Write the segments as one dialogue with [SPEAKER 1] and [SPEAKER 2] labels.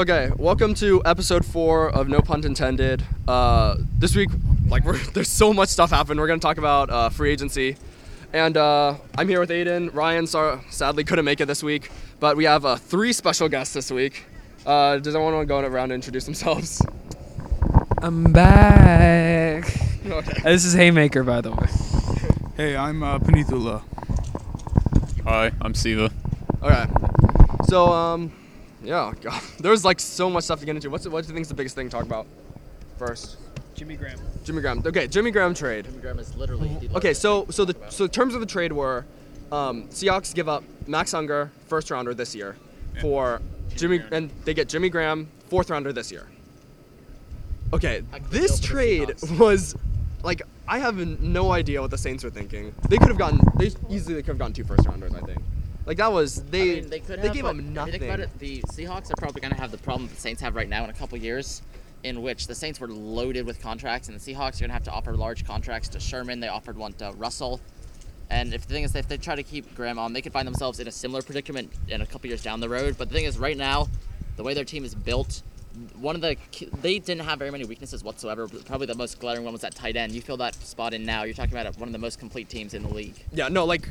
[SPEAKER 1] Okay, welcome to episode four of No Punt Intended. Uh, this week, like, we're, there's so much stuff happened. We're gonna talk about uh, free agency, and uh, I'm here with Aiden. Ryan sor- sadly couldn't make it this week, but we have uh, three special guests this week. Uh, does anyone want to go around and introduce themselves?
[SPEAKER 2] I'm back.
[SPEAKER 1] okay.
[SPEAKER 2] Uh, This is Haymaker, by the way.
[SPEAKER 3] Hey, I'm uh, Panithula.
[SPEAKER 4] Hi, I'm Siva.
[SPEAKER 1] All right. So, um, yeah, God, there's like so much stuff to get into. What's what do you think's the biggest thing to talk about first?
[SPEAKER 2] Jimmy Graham.
[SPEAKER 1] Jimmy Graham. Okay, Jimmy Graham trade.
[SPEAKER 5] Jimmy Graham is literally the
[SPEAKER 1] Okay,
[SPEAKER 5] largest
[SPEAKER 1] so
[SPEAKER 5] thing
[SPEAKER 1] so
[SPEAKER 5] to
[SPEAKER 1] the
[SPEAKER 5] talk about.
[SPEAKER 1] so terms of the trade were, um, Seahawks give up Max Unger first rounder this year for Jimmy,
[SPEAKER 4] Graham.
[SPEAKER 1] and they get Jimmy Graham fourth rounder this year. Okay,
[SPEAKER 5] I could
[SPEAKER 1] this
[SPEAKER 5] feel for the
[SPEAKER 1] trade
[SPEAKER 5] Seahawks.
[SPEAKER 1] was like I have n- no idea what the Saints were thinking. They could have gotten they easily could have gotten two first rounders. I think. Like that was
[SPEAKER 5] I
[SPEAKER 1] they
[SPEAKER 5] mean, they could
[SPEAKER 1] they
[SPEAKER 5] have,
[SPEAKER 1] gave
[SPEAKER 5] but
[SPEAKER 1] up
[SPEAKER 5] if you
[SPEAKER 1] nothing.
[SPEAKER 5] Think about it, the Seahawks are probably going to have the problem the Saints have right now in a couple years, in which the Saints were loaded with contracts, and the Seahawks are going to have to offer large contracts to Sherman. They offered one to Russell. And if the thing is, if they try to keep Graham on, they could find themselves in a similar predicament in a couple years down the road. But the thing is, right now, the way their team is built, one of the key- they didn't have very many weaknesses whatsoever. Probably the most glaring one was that tight end. You fill that spot in now. You're talking about one of the most complete teams in the league.
[SPEAKER 1] Yeah, no, like,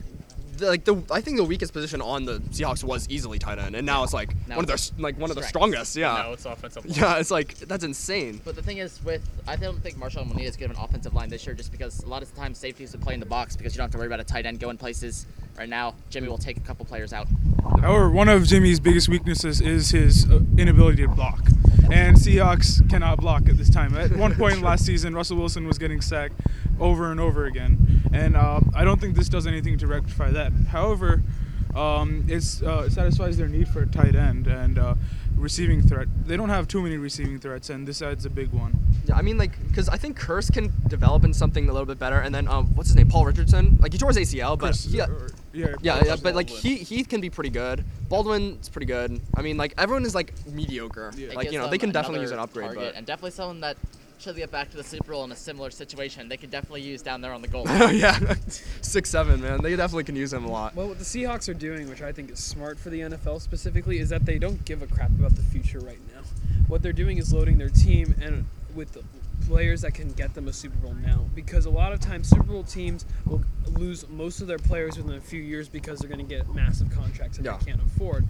[SPEAKER 1] the, like the I think the weakest position on the Seahawks was easily tight end, and now it's like
[SPEAKER 5] Now
[SPEAKER 1] one of their
[SPEAKER 5] it's
[SPEAKER 1] s- like one of the
[SPEAKER 5] strength.
[SPEAKER 1] strongest.
[SPEAKER 4] Now
[SPEAKER 1] Yeah,
[SPEAKER 4] it's offensive. line.
[SPEAKER 1] yeah, it's like that's insane.
[SPEAKER 5] But the thing is, with I don't think Marshall Money is good of an offensive line this year, just because a lot of the time safeties would play in the box because you don't have to worry about a tight end going places. Right now, Jimmy will take a couple players out.
[SPEAKER 3] However, one of Jimmy's biggest weaknesses is his uh, inability to block. And Seahawks cannot block at this time. At one point last season, Russell Wilson was getting sacked over and over again. And uh, I don't think this does anything to rectify that. However, um, it's, uh, it satisfies their need for a tight end and uh, receiving threat. They don't have too many receiving threats, and this adds a big one.
[SPEAKER 1] Yeah, I mean, like, because I think Curse can develop in something a little bit better, and then um, what's his name, Paul Richardson? Like, he tore his ACL, but
[SPEAKER 3] Chris-
[SPEAKER 1] yeah,
[SPEAKER 3] or- yeah,
[SPEAKER 1] yeah, yeah, but like he
[SPEAKER 4] Baldwin.
[SPEAKER 1] he can be pretty good. Baldwin's pretty good. I mean, like everyone is like mediocre.
[SPEAKER 3] Yeah.
[SPEAKER 5] It
[SPEAKER 1] Like
[SPEAKER 5] gives
[SPEAKER 1] you know, they
[SPEAKER 5] them
[SPEAKER 1] can definitely use an
[SPEAKER 5] another
[SPEAKER 1] upgrade,
[SPEAKER 5] target, and definitely someone that should get back to the Super Bowl in a similar situation. They could definitely use down there on the goal.
[SPEAKER 1] but yeah, six seven man, they definitely can use him a lot.
[SPEAKER 2] Well, what the Seahawks are doing, which I think is smart for the NFL specifically, is that they don't give a crap about the future right now. What they're doing is loading their team and with the players that can get them a Super Bowl now, because a lot of times Super Bowl teams will lose most of their players within a few years because they're going to get massive contracts that
[SPEAKER 1] Yeah.
[SPEAKER 2] they can't afford.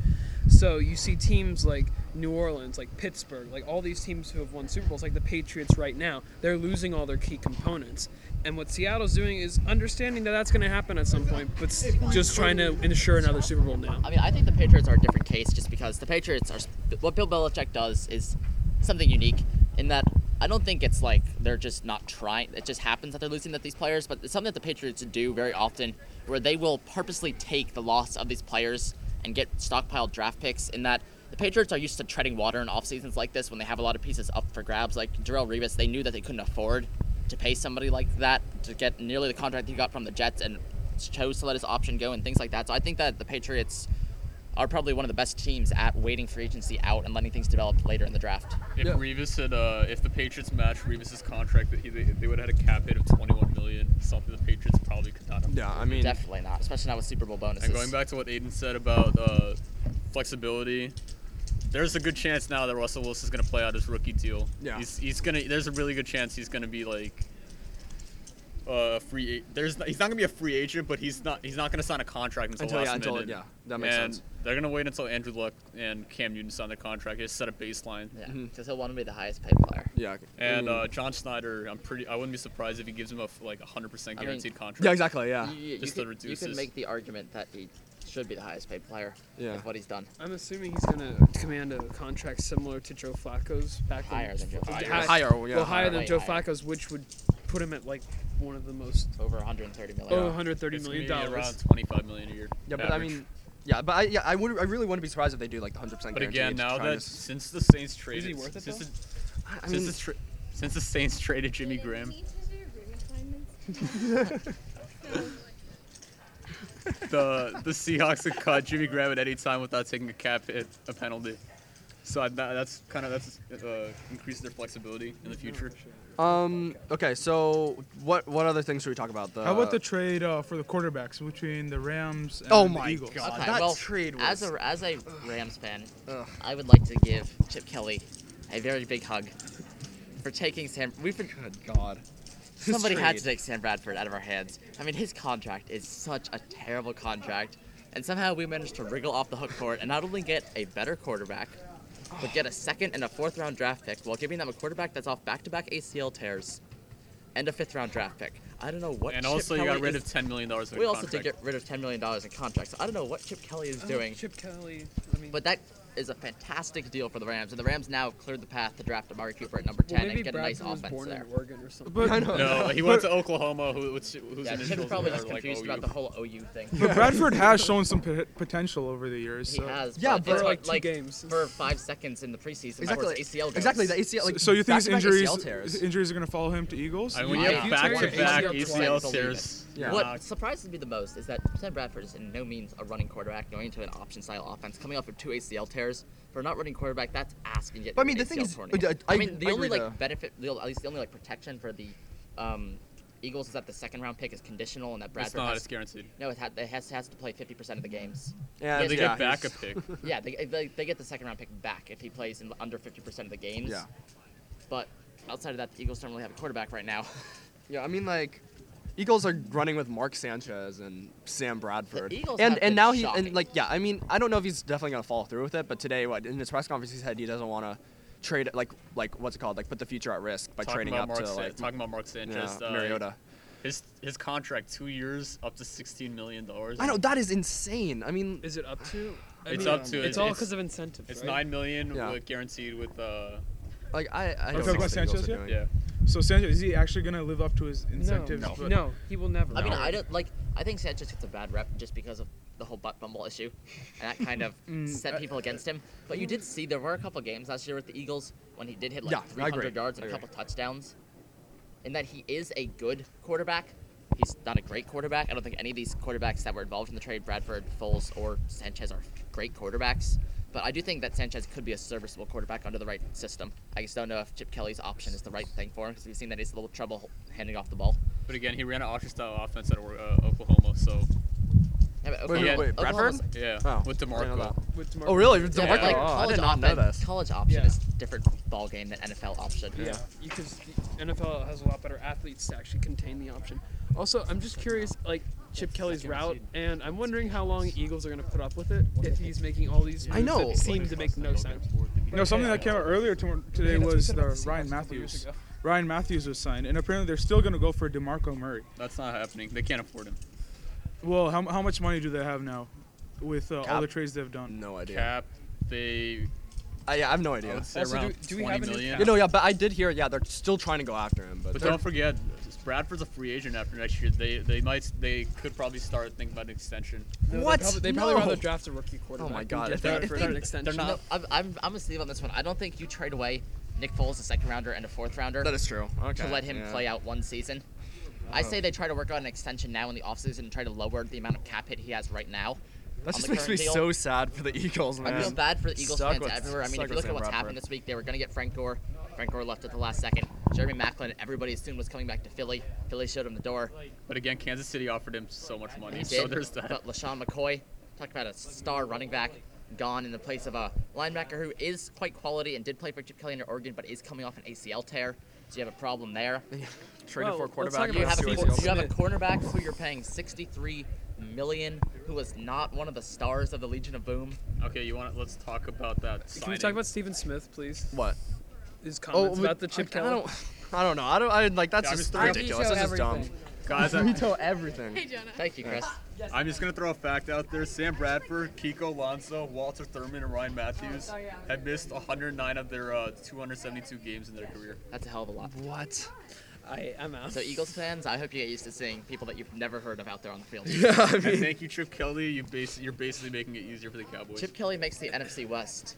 [SPEAKER 2] So you see teams like New Orleans, like Pittsburgh, like all these teams who have won Super Bowls, like the Patriots right now, they're losing all their key components. And what Seattle's doing is understanding that that's going to happen at some point, but s- just trying to ensure another Super Bowl now.
[SPEAKER 5] I mean, I think the Patriots are a different case just because the Patriots are what Bill Belichick does is something unique in that I don't think it's like they're just not trying. It just happens that they're losing that these players, but it's something that the Patriots do very often where they will purposely take the loss of these players and get stockpiled draft picks in that the Patriots are used to treading water in off seasons like this when they have a lot of pieces up for grabs like Darrell Revis, they knew that they couldn't afford to pay somebody like that to get nearly the contract he got from the Jets and chose to let his option go and things like that. So I think that the Patriots are probably one of the best teams at waiting free agency out and letting things develop later in the draft.
[SPEAKER 4] If
[SPEAKER 1] Yeah.
[SPEAKER 4] Revis had, uh, if the Patriots matched Revis's contract, that he, they, they would have had a cap hit of 21 million, something the Patriots probably could not have.
[SPEAKER 1] Yeah, I mean,
[SPEAKER 5] Definitely not, especially not with Super Bowl
[SPEAKER 4] Mm.
[SPEAKER 5] bonuses.
[SPEAKER 4] And going back to what Aiden said about uh, flexibility, there's a good chance now that Russell Wilson's going to play out his rookie deal.
[SPEAKER 1] Yeah.
[SPEAKER 4] He's, he's gonna. There's a really good chance he's going to be like. Uh, free. a- There's. He's not gonna be a free agent, but he's not. He's not gonna sign a contract until,
[SPEAKER 1] Until-
[SPEAKER 4] last
[SPEAKER 1] yeah, until-
[SPEAKER 4] minute.
[SPEAKER 1] yeah, that makes
[SPEAKER 4] and
[SPEAKER 1] sense.
[SPEAKER 4] They're gonna wait until Andrew Luck and Cam Newton sign their contract. Just set a baseline.
[SPEAKER 5] yeah,
[SPEAKER 1] Mhm.
[SPEAKER 5] because he'll want to be the highest paid player.
[SPEAKER 1] yeah, I
[SPEAKER 4] And
[SPEAKER 1] mean-
[SPEAKER 4] uh, John Snyder, I'm pretty. I wouldn't be surprised if he gives him a f- like 100%
[SPEAKER 5] I mean-
[SPEAKER 4] guaranteed contract.
[SPEAKER 1] yeah, exactly, yeah.
[SPEAKER 5] You- you,
[SPEAKER 4] Just
[SPEAKER 5] you
[SPEAKER 4] to
[SPEAKER 5] could, you
[SPEAKER 4] reduce
[SPEAKER 5] could
[SPEAKER 4] his-
[SPEAKER 5] make the argument that he should be the highest paid player
[SPEAKER 1] Yeah.
[SPEAKER 5] with what he's done.
[SPEAKER 2] I'm assuming he's going to command a contract similar to Joe Flacco's back when-
[SPEAKER 5] Higher than Joe
[SPEAKER 2] Hi-
[SPEAKER 5] Flacco.
[SPEAKER 1] Higher, higher, yeah,
[SPEAKER 2] well, higher
[SPEAKER 1] higher.
[SPEAKER 2] than
[SPEAKER 5] Way
[SPEAKER 2] Joe
[SPEAKER 5] higher.
[SPEAKER 2] Flacco's, which would put him at like one of the most
[SPEAKER 5] Over 130 million.
[SPEAKER 4] Oh,
[SPEAKER 2] over 130
[SPEAKER 4] It's gonna
[SPEAKER 2] million
[SPEAKER 4] be
[SPEAKER 2] dollars.
[SPEAKER 4] around 25 million a year.
[SPEAKER 1] Yeah, but I
[SPEAKER 4] average.
[SPEAKER 1] mean, yeah, but I yeah, I would I really wouldn't be surprised if they do like the 100%
[SPEAKER 4] But
[SPEAKER 1] guarantee
[SPEAKER 4] again,
[SPEAKER 1] to
[SPEAKER 4] now
[SPEAKER 1] try
[SPEAKER 4] that
[SPEAKER 1] to s-
[SPEAKER 4] since the Saints traded,
[SPEAKER 2] worth it,
[SPEAKER 4] since,
[SPEAKER 2] though?
[SPEAKER 4] the,
[SPEAKER 1] I- I
[SPEAKER 4] since,
[SPEAKER 1] mean,
[SPEAKER 4] the tra- since the Saints traded Jimmy Graham, the the Seahawks could cut Jimmy Graham at any time without taking a cap hit, a penalty. So I, that, that's kind of that's uh, increases their flexibility in the future.
[SPEAKER 2] Oh,
[SPEAKER 1] Um. Okay. So what what other things should we talk about? The
[SPEAKER 3] How about the trade uh, for the quarterbacks between the Rams and
[SPEAKER 1] Oh
[SPEAKER 3] the
[SPEAKER 1] my
[SPEAKER 3] Eagles?
[SPEAKER 1] God.
[SPEAKER 5] okay,
[SPEAKER 1] that
[SPEAKER 5] well,
[SPEAKER 1] trade
[SPEAKER 5] as
[SPEAKER 1] was-
[SPEAKER 5] a as a Rams fan,
[SPEAKER 1] Ugh.
[SPEAKER 5] I would like to give Chip Kelly a very big hug for taking Sam. We've been
[SPEAKER 1] Good God. This
[SPEAKER 5] somebody had to
[SPEAKER 1] trade.
[SPEAKER 5] take Sam Bradford out of our hands. I mean, his contract is such a terrible contract, and somehow we managed to wriggle off the hook for it and not only get a better quarterback, but get a second and a fourth round draft pick while giving them a quarterback that's off back to back ACL tears and a fifth round draft pick. I don't know what.
[SPEAKER 4] And
[SPEAKER 5] Chip
[SPEAKER 4] also, you got
[SPEAKER 5] Kelly
[SPEAKER 4] rid
[SPEAKER 5] is-
[SPEAKER 4] of ten million dollars.
[SPEAKER 5] We also did get rid of ten million dollars in contracts. I don't know what Chip Kelly is
[SPEAKER 2] Oh,
[SPEAKER 5] doing.
[SPEAKER 2] Chip Kelly. I mean,
[SPEAKER 5] But that is a fantastic deal for the Rams, and the Rams now have cleared the path to draft Amari Cooper at number
[SPEAKER 2] well,
[SPEAKER 5] ten
[SPEAKER 2] maybe
[SPEAKER 5] and get
[SPEAKER 2] Bradford
[SPEAKER 5] a
[SPEAKER 2] was
[SPEAKER 5] nice offense
[SPEAKER 2] born
[SPEAKER 5] there.
[SPEAKER 2] in Oregon or something.
[SPEAKER 3] But-
[SPEAKER 1] I know.
[SPEAKER 4] No, he went to Oklahoma. Who, who's who's
[SPEAKER 5] Yeah,
[SPEAKER 4] initials
[SPEAKER 5] Chip's probably
[SPEAKER 4] are
[SPEAKER 5] just
[SPEAKER 4] like oh,
[SPEAKER 5] confused
[SPEAKER 4] OU.
[SPEAKER 5] about the whole OU thing.
[SPEAKER 3] But Bradford has shown some pot- potential over the years.
[SPEAKER 5] He
[SPEAKER 3] so.
[SPEAKER 5] has,
[SPEAKER 1] Yeah,
[SPEAKER 5] but
[SPEAKER 1] but-
[SPEAKER 5] it's
[SPEAKER 1] For
[SPEAKER 2] like
[SPEAKER 5] like,
[SPEAKER 2] two games.
[SPEAKER 5] for five seconds in the preseason
[SPEAKER 1] Exactly.
[SPEAKER 5] before his ACL goes.
[SPEAKER 1] Exactly. The ACL.
[SPEAKER 3] So-
[SPEAKER 1] Like,
[SPEAKER 3] so you think his
[SPEAKER 1] back-to-back
[SPEAKER 3] injuries
[SPEAKER 1] ACL tears.
[SPEAKER 3] his injuries are going to follow him to Eagles?
[SPEAKER 4] I mean, when
[SPEAKER 5] Yeah,
[SPEAKER 4] you
[SPEAKER 5] if
[SPEAKER 4] have
[SPEAKER 5] you
[SPEAKER 4] back to
[SPEAKER 5] tear
[SPEAKER 4] back
[SPEAKER 5] your
[SPEAKER 4] ACL
[SPEAKER 5] ACL
[SPEAKER 4] tears,
[SPEAKER 1] Yeah.
[SPEAKER 5] What surprises me the most is that Sam Bradford is in no means a running quarterback going into an option style offense, coming off of two ACL tears. For a not running quarterback, that's asking it.
[SPEAKER 1] But I mean, the thing is- I- I-
[SPEAKER 5] mean, the
[SPEAKER 1] I
[SPEAKER 5] only
[SPEAKER 1] agree,
[SPEAKER 5] like
[SPEAKER 1] though.
[SPEAKER 5] benefit, the- at least the only like protection for the um, Eagles is that the second round pick is conditional and that
[SPEAKER 4] it's
[SPEAKER 5] Bradford
[SPEAKER 4] not.
[SPEAKER 5] has,
[SPEAKER 4] It's guaranteed.
[SPEAKER 5] no, it, ha- it has has to play 50% of the games.
[SPEAKER 1] and,
[SPEAKER 5] Yeah,
[SPEAKER 4] they
[SPEAKER 1] yeah,
[SPEAKER 4] get back a
[SPEAKER 1] he's-
[SPEAKER 4] pick.
[SPEAKER 5] yeah, they, they, they get the second round pick back if he plays in under 50% of the games.
[SPEAKER 1] Yeah.
[SPEAKER 5] But outside of that, the Eagles don't really have a quarterback right now.
[SPEAKER 1] Yeah, I mean like Eagles are running with Mark Sanchez and Sam Bradford.
[SPEAKER 5] Eagles
[SPEAKER 1] and
[SPEAKER 5] have
[SPEAKER 1] and
[SPEAKER 5] been
[SPEAKER 1] now he
[SPEAKER 5] shocking.
[SPEAKER 1] and like yeah, I mean I don't know if he's definitely gonna follow through with it, but today what in his press conference he said he doesn't want to trade like like what's it called like put the future at risk by
[SPEAKER 4] Talking
[SPEAKER 1] trading
[SPEAKER 4] about
[SPEAKER 1] up
[SPEAKER 4] Mark
[SPEAKER 1] to
[SPEAKER 4] Sa-
[SPEAKER 1] like
[SPEAKER 4] talking about Mark
[SPEAKER 1] yeah,
[SPEAKER 4] Sanchez, uh,
[SPEAKER 1] Mariota.
[SPEAKER 4] His his contract two years up to sixteen million dollars.
[SPEAKER 1] I know that is insane. I mean
[SPEAKER 2] Is it up to? I
[SPEAKER 4] It's
[SPEAKER 2] mean,
[SPEAKER 4] up to-
[SPEAKER 2] It's all
[SPEAKER 4] it's-
[SPEAKER 2] because of incentives.
[SPEAKER 4] It's
[SPEAKER 2] right?
[SPEAKER 4] nine million
[SPEAKER 1] Yeah.
[SPEAKER 4] with guaranteed with uh
[SPEAKER 1] like I I
[SPEAKER 3] talking
[SPEAKER 1] don't know what
[SPEAKER 3] about
[SPEAKER 1] the Eagles
[SPEAKER 3] Sanchez
[SPEAKER 1] are
[SPEAKER 3] yet?
[SPEAKER 1] doing.
[SPEAKER 4] yeah.
[SPEAKER 3] So Sanchez is he actually going to live up to his incentives?
[SPEAKER 2] No,
[SPEAKER 3] But-
[SPEAKER 2] no, he will never.
[SPEAKER 5] I mean, I don't like. I think Sanchez gets a bad rep just because of the whole butt bumble issue, and that kind of
[SPEAKER 1] Mm, uh,
[SPEAKER 5] set people against him. But you did see there were a couple games last year with the Eagles when he did hit like
[SPEAKER 1] Yeah, I
[SPEAKER 5] 300
[SPEAKER 1] agree.
[SPEAKER 5] yards
[SPEAKER 1] I
[SPEAKER 5] and a
[SPEAKER 1] agree.
[SPEAKER 5] couple touchdowns, and that he is a good quarterback. He's not a great quarterback. I don't think any of these quarterbacks that were involved in the trade, Bradford, Foles, or Sanchez, are great quarterbacks. But I do think that Sanchez could be a serviceable quarterback under the right system. I just don't know if Chip Kelly's option is the right thing for him because we've seen that he's a little trouble handing off the ball.
[SPEAKER 4] But again, he ran an option style offense at uh, Oklahoma, so
[SPEAKER 5] Yeah, but
[SPEAKER 1] Wait,
[SPEAKER 5] Oklahoma-
[SPEAKER 1] wait, wait,
[SPEAKER 5] Oklahoma's-
[SPEAKER 1] Bradford?
[SPEAKER 4] yeah,
[SPEAKER 1] Oh,
[SPEAKER 4] with
[SPEAKER 1] I didn't know
[SPEAKER 4] Demarco.
[SPEAKER 1] that.
[SPEAKER 2] With DeMarco.
[SPEAKER 1] Oh really? With
[SPEAKER 5] Yeah,
[SPEAKER 1] DeMarco?
[SPEAKER 5] like
[SPEAKER 1] oh, I
[SPEAKER 5] college
[SPEAKER 1] did not know
[SPEAKER 5] offense-
[SPEAKER 1] this.
[SPEAKER 5] College option
[SPEAKER 2] Yeah.
[SPEAKER 5] is different ball game than NFL option.
[SPEAKER 2] Yeah, because the NFL has a lot better athletes to actually contain the option. Also, I'm just curious, like Chip Kelly's route, and I'm wondering how long Eagles are gonna put up with it if he's making all these
[SPEAKER 1] I
[SPEAKER 2] moves
[SPEAKER 1] know.
[SPEAKER 2] that seem to make no sense.
[SPEAKER 3] No, something that came out earlier to-
[SPEAKER 2] Hey,
[SPEAKER 3] today
[SPEAKER 2] that's what we
[SPEAKER 3] was
[SPEAKER 2] said about
[SPEAKER 3] the
[SPEAKER 2] the Seahawks
[SPEAKER 3] Ryan
[SPEAKER 2] a couple years
[SPEAKER 3] Matthews.
[SPEAKER 2] ago.
[SPEAKER 3] Ryan Matthews was signed, and apparently they're still going to go for Demarco Murray.
[SPEAKER 4] That's not happening. They can't afford him.
[SPEAKER 3] Well, how, how much money do they have now, with uh, all
[SPEAKER 1] Cap.
[SPEAKER 3] the trades they've done?
[SPEAKER 1] No idea.
[SPEAKER 4] Cap, they
[SPEAKER 1] I, yeah, I have no
[SPEAKER 4] I
[SPEAKER 1] idea.
[SPEAKER 4] would say
[SPEAKER 2] Also, do-
[SPEAKER 4] around
[SPEAKER 2] do we
[SPEAKER 4] twenty
[SPEAKER 2] have a new
[SPEAKER 4] million.
[SPEAKER 2] cap?
[SPEAKER 1] You know, yeah, but I did hear yeah they're still trying to go after him, but,
[SPEAKER 4] But
[SPEAKER 1] they're-
[SPEAKER 4] don't forget, Bradford's a free agent after next year. They they might they could probably start thinking about an extension.
[SPEAKER 2] No,
[SPEAKER 1] What?
[SPEAKER 2] They probably, they'd probably
[SPEAKER 1] No.
[SPEAKER 2] rather draft a rookie quarterback.
[SPEAKER 1] my
[SPEAKER 2] than
[SPEAKER 1] God,
[SPEAKER 2] get
[SPEAKER 1] if they-
[SPEAKER 2] that
[SPEAKER 5] if
[SPEAKER 2] for
[SPEAKER 5] they-
[SPEAKER 2] an
[SPEAKER 5] they're
[SPEAKER 2] extension.
[SPEAKER 4] They're not.
[SPEAKER 5] I'm, I'm, I'm a Steve on this one. I don't think you trade away Nick Foles, a second rounder and a fourth rounder,
[SPEAKER 1] that is true. Okay.
[SPEAKER 5] to let him
[SPEAKER 1] yeah. Uh-huh.
[SPEAKER 5] play out one season. I say they try to work on an extension now in the offseason and try to lower the amount of cap hit he has right now.
[SPEAKER 1] That
[SPEAKER 5] on
[SPEAKER 1] just
[SPEAKER 5] the
[SPEAKER 1] makes me
[SPEAKER 5] current deal.
[SPEAKER 1] so sad for the Eagles, man.
[SPEAKER 5] I feel bad for the Eagles
[SPEAKER 1] Suck
[SPEAKER 5] fans
[SPEAKER 1] with-
[SPEAKER 5] everywhere. I mean,
[SPEAKER 1] suck
[SPEAKER 5] if you
[SPEAKER 1] with
[SPEAKER 5] look at
[SPEAKER 1] Sam
[SPEAKER 5] what's happened
[SPEAKER 1] Bradford.
[SPEAKER 5] this week, they were going to get Frank Gore. Frank Gore left at the last second. Jeremy Macklin, everybody assumed was coming back to Philly. Philly showed him the door.
[SPEAKER 4] But again, Kansas City offered him so much money.
[SPEAKER 5] He
[SPEAKER 4] So
[SPEAKER 5] did,
[SPEAKER 4] there's that.
[SPEAKER 5] But LaShawn McCoy, talk about a star running back, gone in the place of a linebacker who is quite quality and did play for Chip Kelly in Oregon, but is coming off an ACL tear. So you have a problem there.
[SPEAKER 1] Traded for
[SPEAKER 2] Well,
[SPEAKER 1] a
[SPEAKER 2] let's
[SPEAKER 1] quarterback.
[SPEAKER 2] talk
[SPEAKER 5] You
[SPEAKER 2] about
[SPEAKER 5] have, a,
[SPEAKER 1] two
[SPEAKER 2] Steve
[SPEAKER 5] cor-
[SPEAKER 1] ACLs.
[SPEAKER 5] you have a cornerback who you're paying 63 million, who is not one of the stars of the Legion of Boom.
[SPEAKER 4] Okay, you want to, let's talk about
[SPEAKER 2] Can
[SPEAKER 4] that.
[SPEAKER 2] we
[SPEAKER 4] signing.
[SPEAKER 2] talk about Stephen Smith, please?
[SPEAKER 1] What?
[SPEAKER 2] His
[SPEAKER 5] Oh,
[SPEAKER 2] comments
[SPEAKER 1] we-
[SPEAKER 2] about the Chip
[SPEAKER 1] I, I
[SPEAKER 2] Kelly.
[SPEAKER 1] don't. I don't know. I don't. I like that's
[SPEAKER 4] Yeah, I'm
[SPEAKER 1] just
[SPEAKER 4] just throwing-
[SPEAKER 1] ridiculous. That's just dumb.
[SPEAKER 4] guys? I,
[SPEAKER 1] Veto everything.
[SPEAKER 6] Hey, Jonah.
[SPEAKER 5] Thank you, Chris.
[SPEAKER 4] I'm just gonna throw a fact out there. Sam Bradford, Kiko Alonso, Walter Thurman, and Ryan Matthews have missed 109 of their uh, 272 games in their career.
[SPEAKER 5] That's a hell of a lot.
[SPEAKER 1] What?
[SPEAKER 2] I, I'm out.
[SPEAKER 5] So Eagles fans, I hope you get used to seeing people that you've never heard of out there on the field.
[SPEAKER 4] And thank you, Chip Kelly. You basi- you're basically making it easier for the Cowboys.
[SPEAKER 5] Chip Kelly makes the NFC West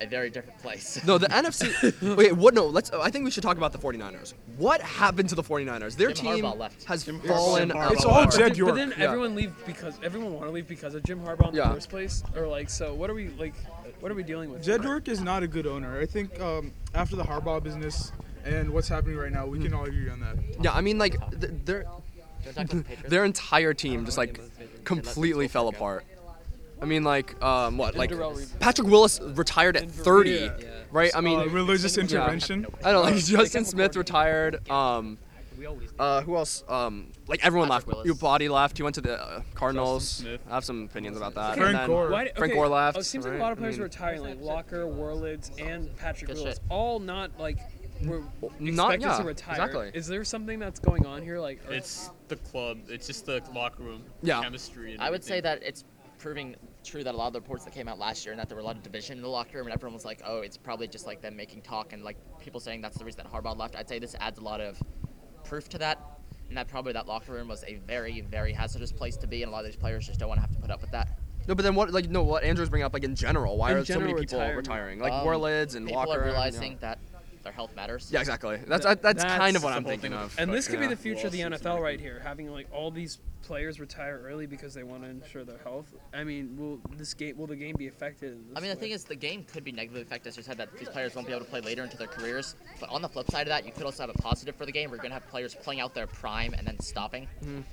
[SPEAKER 5] a very different place.
[SPEAKER 1] No, the NFC. Wait, what? No, let's. I think we should talk about the 49ers. What happened to the 49ers? Their
[SPEAKER 5] Jim
[SPEAKER 1] team
[SPEAKER 5] Harbaugh left.
[SPEAKER 1] has
[SPEAKER 4] Jim Harbaugh.
[SPEAKER 1] fallen
[SPEAKER 4] Jim
[SPEAKER 1] out.
[SPEAKER 4] Harbaug's
[SPEAKER 1] of
[SPEAKER 3] all
[SPEAKER 1] order.
[SPEAKER 3] Jed
[SPEAKER 2] but,
[SPEAKER 3] York.
[SPEAKER 2] then
[SPEAKER 1] Yeah.
[SPEAKER 2] everyone leave because everyone want to leave because of Jim Harbaugh in
[SPEAKER 1] Yeah.
[SPEAKER 2] the first place, or like so. What are we like? What are we dealing with?
[SPEAKER 3] Jed York is not a good owner. I think um, after the Harbaugh business and what's happening right now, we
[SPEAKER 2] Hmm.
[SPEAKER 3] can all agree on that.
[SPEAKER 1] Yeah, I mean, like, th- their their entire team just like completely fell apart. I mean, like, um, what, like,
[SPEAKER 2] Darrell Revis.
[SPEAKER 1] Patrick Willis retired at 30,
[SPEAKER 3] Yeah.
[SPEAKER 1] right? I mean,
[SPEAKER 3] Uh, religious intervention.
[SPEAKER 1] I don't know. Like Justin Smith retired. Um, uh, who else? Um, like everyone left.
[SPEAKER 5] Patrick Willis.
[SPEAKER 1] Your body left. He went to the uh, Cardinals.
[SPEAKER 4] Smith.
[SPEAKER 1] I have some opinions about that.
[SPEAKER 3] Frank
[SPEAKER 1] And then-
[SPEAKER 3] Gore.
[SPEAKER 2] Why,
[SPEAKER 1] Frank
[SPEAKER 2] okay, uh,
[SPEAKER 1] Gore left,
[SPEAKER 2] It seems like
[SPEAKER 1] right?
[SPEAKER 2] a lot of
[SPEAKER 1] I
[SPEAKER 2] players
[SPEAKER 1] mean-
[SPEAKER 2] were retiring, like Locker, Warlids, and Patrick
[SPEAKER 5] Good
[SPEAKER 2] Willis.
[SPEAKER 5] shit.
[SPEAKER 2] All not like were
[SPEAKER 1] not-
[SPEAKER 2] expected
[SPEAKER 1] yeah,
[SPEAKER 2] to retire.
[SPEAKER 1] exactly.
[SPEAKER 2] Is there something that's going on here? Like, are-
[SPEAKER 4] It's the club. It's just the locker room
[SPEAKER 1] Yeah.
[SPEAKER 4] chemistry. And
[SPEAKER 5] I would say
[SPEAKER 4] everything.
[SPEAKER 5] that it's proving true that a lot of the reports that came out last year and that there were a lot of division in the locker room and everyone was like, oh, it's probably just like them making talk and like people saying that's the reason that Harbaugh left. I'd say this adds a lot of proof to that and that probably that locker room was a very, very hazardous place to be and a lot of these players just don't want to have to put up with that.
[SPEAKER 1] No, but then what? Like, no, what Andrew's bringing up, like in general, why
[SPEAKER 2] In
[SPEAKER 1] are so
[SPEAKER 2] general
[SPEAKER 1] many people
[SPEAKER 2] retirement.
[SPEAKER 1] retiring? Like
[SPEAKER 5] Um,
[SPEAKER 1] Warlids and
[SPEAKER 5] people
[SPEAKER 1] Walker.
[SPEAKER 5] are
[SPEAKER 1] and, yeah.
[SPEAKER 5] realizing that their health matters.
[SPEAKER 1] Yeah, exactly. That's that, that's, kind of what
[SPEAKER 4] the
[SPEAKER 1] I'm
[SPEAKER 4] whole
[SPEAKER 1] thinking
[SPEAKER 4] thing
[SPEAKER 1] of.
[SPEAKER 4] with-
[SPEAKER 2] and this could be
[SPEAKER 1] Yeah.
[SPEAKER 2] the future of the
[SPEAKER 4] Lawsuits and
[SPEAKER 2] NFL right
[SPEAKER 4] everything.
[SPEAKER 2] here, having like all these players retire early because they want to ensure their health. I mean, will this game will the game be affected? In this
[SPEAKER 5] I mean, the
[SPEAKER 2] way?
[SPEAKER 5] thing is, the game could be negatively affected, as you said, that these players won't be able to play later into their careers. But on the flip side of that, you could also have a positive for the game. We're going to have players playing out their prime and then stopping,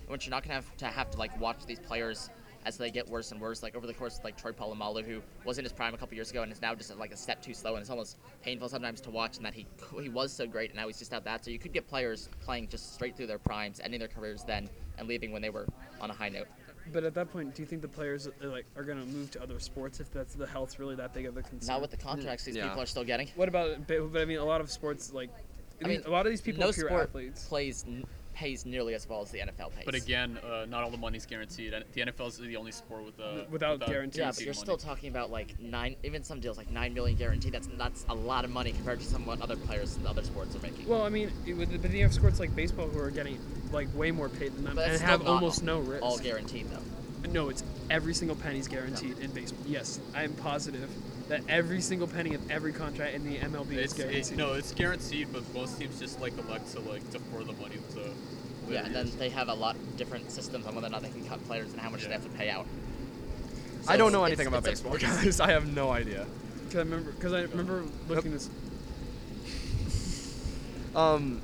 [SPEAKER 5] which you're not going to have to have to like watch these players as they get worse and worse. Like over the course, of, like Troy Polamalu, who was in his prime a couple years ago and is now just like a step too slow, and it's almost painful sometimes to watch. And that he he was so great, and now he's just out that. So you could get players playing just straight through their primes, ending their careers then, and leaving when they were on a high note.
[SPEAKER 2] but at that point, do you think the players uh, like are going to move to other sports if that's the health's really that big of a concern?
[SPEAKER 5] Not with the contracts these
[SPEAKER 1] Yeah.
[SPEAKER 5] people are still getting.
[SPEAKER 2] What about? But, but I mean, a lot of sports like. I mean, a lot of these people
[SPEAKER 5] no
[SPEAKER 2] are pure
[SPEAKER 5] sport
[SPEAKER 2] athletes.
[SPEAKER 5] plays n- pays nearly as well as the NFL pays.
[SPEAKER 4] But again, uh, not all the money's guaranteed. And The NFL is the only sport with uh,
[SPEAKER 2] Without guarantees.
[SPEAKER 5] yeah, but you're still
[SPEAKER 4] money.
[SPEAKER 5] talking about like nine, even some deals like nine million guaranteed. That's that's a lot of money compared to some what other players in other sports are making.
[SPEAKER 2] Well, I mean, it would- but then you have sports like baseball who are getting like way more paid than them
[SPEAKER 5] but
[SPEAKER 2] and
[SPEAKER 5] that's still
[SPEAKER 2] have
[SPEAKER 5] not
[SPEAKER 2] almost
[SPEAKER 5] all-
[SPEAKER 2] no risk.
[SPEAKER 5] All guaranteed though.
[SPEAKER 2] no, it's every single penny's guaranteed in baseball. Yes, I am positive that every single penny of every contract in the MLB
[SPEAKER 4] It's,
[SPEAKER 2] is
[SPEAKER 4] it-
[SPEAKER 2] guaranteed.
[SPEAKER 4] no, it's guaranteed, but most teams just like elect to like defer the money to. later
[SPEAKER 5] Yeah, and then
[SPEAKER 4] years.
[SPEAKER 5] they have a lot different systems on whether or not they can cut players and how much they
[SPEAKER 4] Yeah.
[SPEAKER 5] have to pay out.
[SPEAKER 1] I don't
[SPEAKER 5] So it's-
[SPEAKER 1] know
[SPEAKER 5] it's-
[SPEAKER 1] anything about
[SPEAKER 5] it's a-
[SPEAKER 1] baseball, guys. I have no idea.
[SPEAKER 2] Cause I remember, cause I remember looking this.
[SPEAKER 1] Um,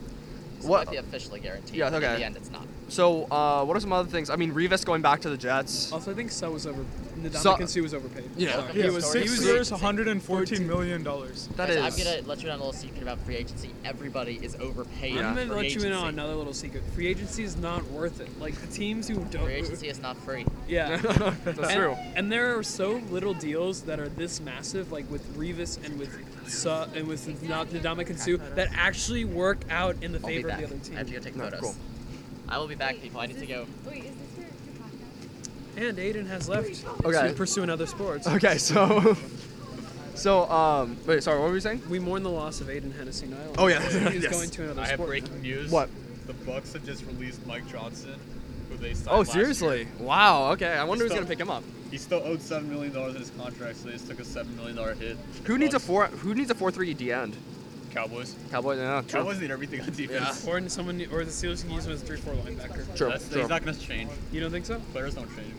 [SPEAKER 5] It
[SPEAKER 1] what?
[SPEAKER 5] might be officially guaranteed.
[SPEAKER 1] Yeah,
[SPEAKER 5] but In
[SPEAKER 1] okay.
[SPEAKER 5] the end, it's not.
[SPEAKER 1] So, uh, what are some other things? I mean, Revis going back to the Jets.
[SPEAKER 2] Also, I think So was over.
[SPEAKER 1] So-
[SPEAKER 2] Ndamukong Suh was overpaid.
[SPEAKER 1] Yeah.
[SPEAKER 2] Sorry.
[SPEAKER 5] Yeah,
[SPEAKER 3] He was
[SPEAKER 5] sorry.
[SPEAKER 3] six
[SPEAKER 5] Free
[SPEAKER 3] years,
[SPEAKER 5] agency.
[SPEAKER 3] 114 million dollars.
[SPEAKER 1] That
[SPEAKER 5] Guys,
[SPEAKER 1] is-
[SPEAKER 5] I'm gonna let you in on a little secret about free agency. Everybody is overpaid.
[SPEAKER 1] Yeah.
[SPEAKER 2] I'm
[SPEAKER 5] in
[SPEAKER 2] gonna let
[SPEAKER 5] free
[SPEAKER 2] you in on
[SPEAKER 5] agency.
[SPEAKER 2] another little secret. Free agency is not worth it. Like the teams who don't.
[SPEAKER 5] Free agency is not free.
[SPEAKER 2] Yeah.
[SPEAKER 1] That's
[SPEAKER 2] and,
[SPEAKER 1] true.
[SPEAKER 2] And there are so little deals that are this massive, like with Revis and with Su and with Nadama Sue, that actually work out in the
[SPEAKER 5] I'll be
[SPEAKER 2] favor of
[SPEAKER 5] back.
[SPEAKER 2] the other
[SPEAKER 5] I have to go
[SPEAKER 2] team.
[SPEAKER 5] take
[SPEAKER 1] No,
[SPEAKER 5] photos.
[SPEAKER 1] cool.
[SPEAKER 5] I will be back, people. I need to go.
[SPEAKER 6] Wait, is this your, your podcast?
[SPEAKER 2] And Aiden has left
[SPEAKER 1] Okay.
[SPEAKER 2] to pursue another sports.
[SPEAKER 1] Okay, so, so um, wait, sorry, what were you saying?
[SPEAKER 2] We mourn the loss of Aiden Hennessy Nile.
[SPEAKER 1] Oh, yeah.
[SPEAKER 2] He's
[SPEAKER 1] Yes.
[SPEAKER 2] going to another
[SPEAKER 4] I have
[SPEAKER 2] sport.
[SPEAKER 4] breaking news.
[SPEAKER 1] What?
[SPEAKER 4] The Bucks have just released Mike Johnson, who they signed.
[SPEAKER 1] Oh,
[SPEAKER 4] last
[SPEAKER 1] seriously?
[SPEAKER 4] year.
[SPEAKER 1] Wow. Okay, I wonder who's
[SPEAKER 4] still-
[SPEAKER 1] gonna pick him up.
[SPEAKER 4] He still owed seven million dollars in his contract, so they just took a seven million dollar hit.
[SPEAKER 1] Who needs a
[SPEAKER 4] Bucks.
[SPEAKER 1] four? Who needs a four-three D end?
[SPEAKER 4] Cowboys?
[SPEAKER 1] Cowboys. Yeah, true.
[SPEAKER 4] Cowboys need everything on defense.
[SPEAKER 2] Or in someone, or the Steelers can use him as a three-four linebacker.
[SPEAKER 1] True.
[SPEAKER 4] That's,
[SPEAKER 1] true.
[SPEAKER 4] He's not gonna change.
[SPEAKER 2] You don't think so?
[SPEAKER 4] Players don't change.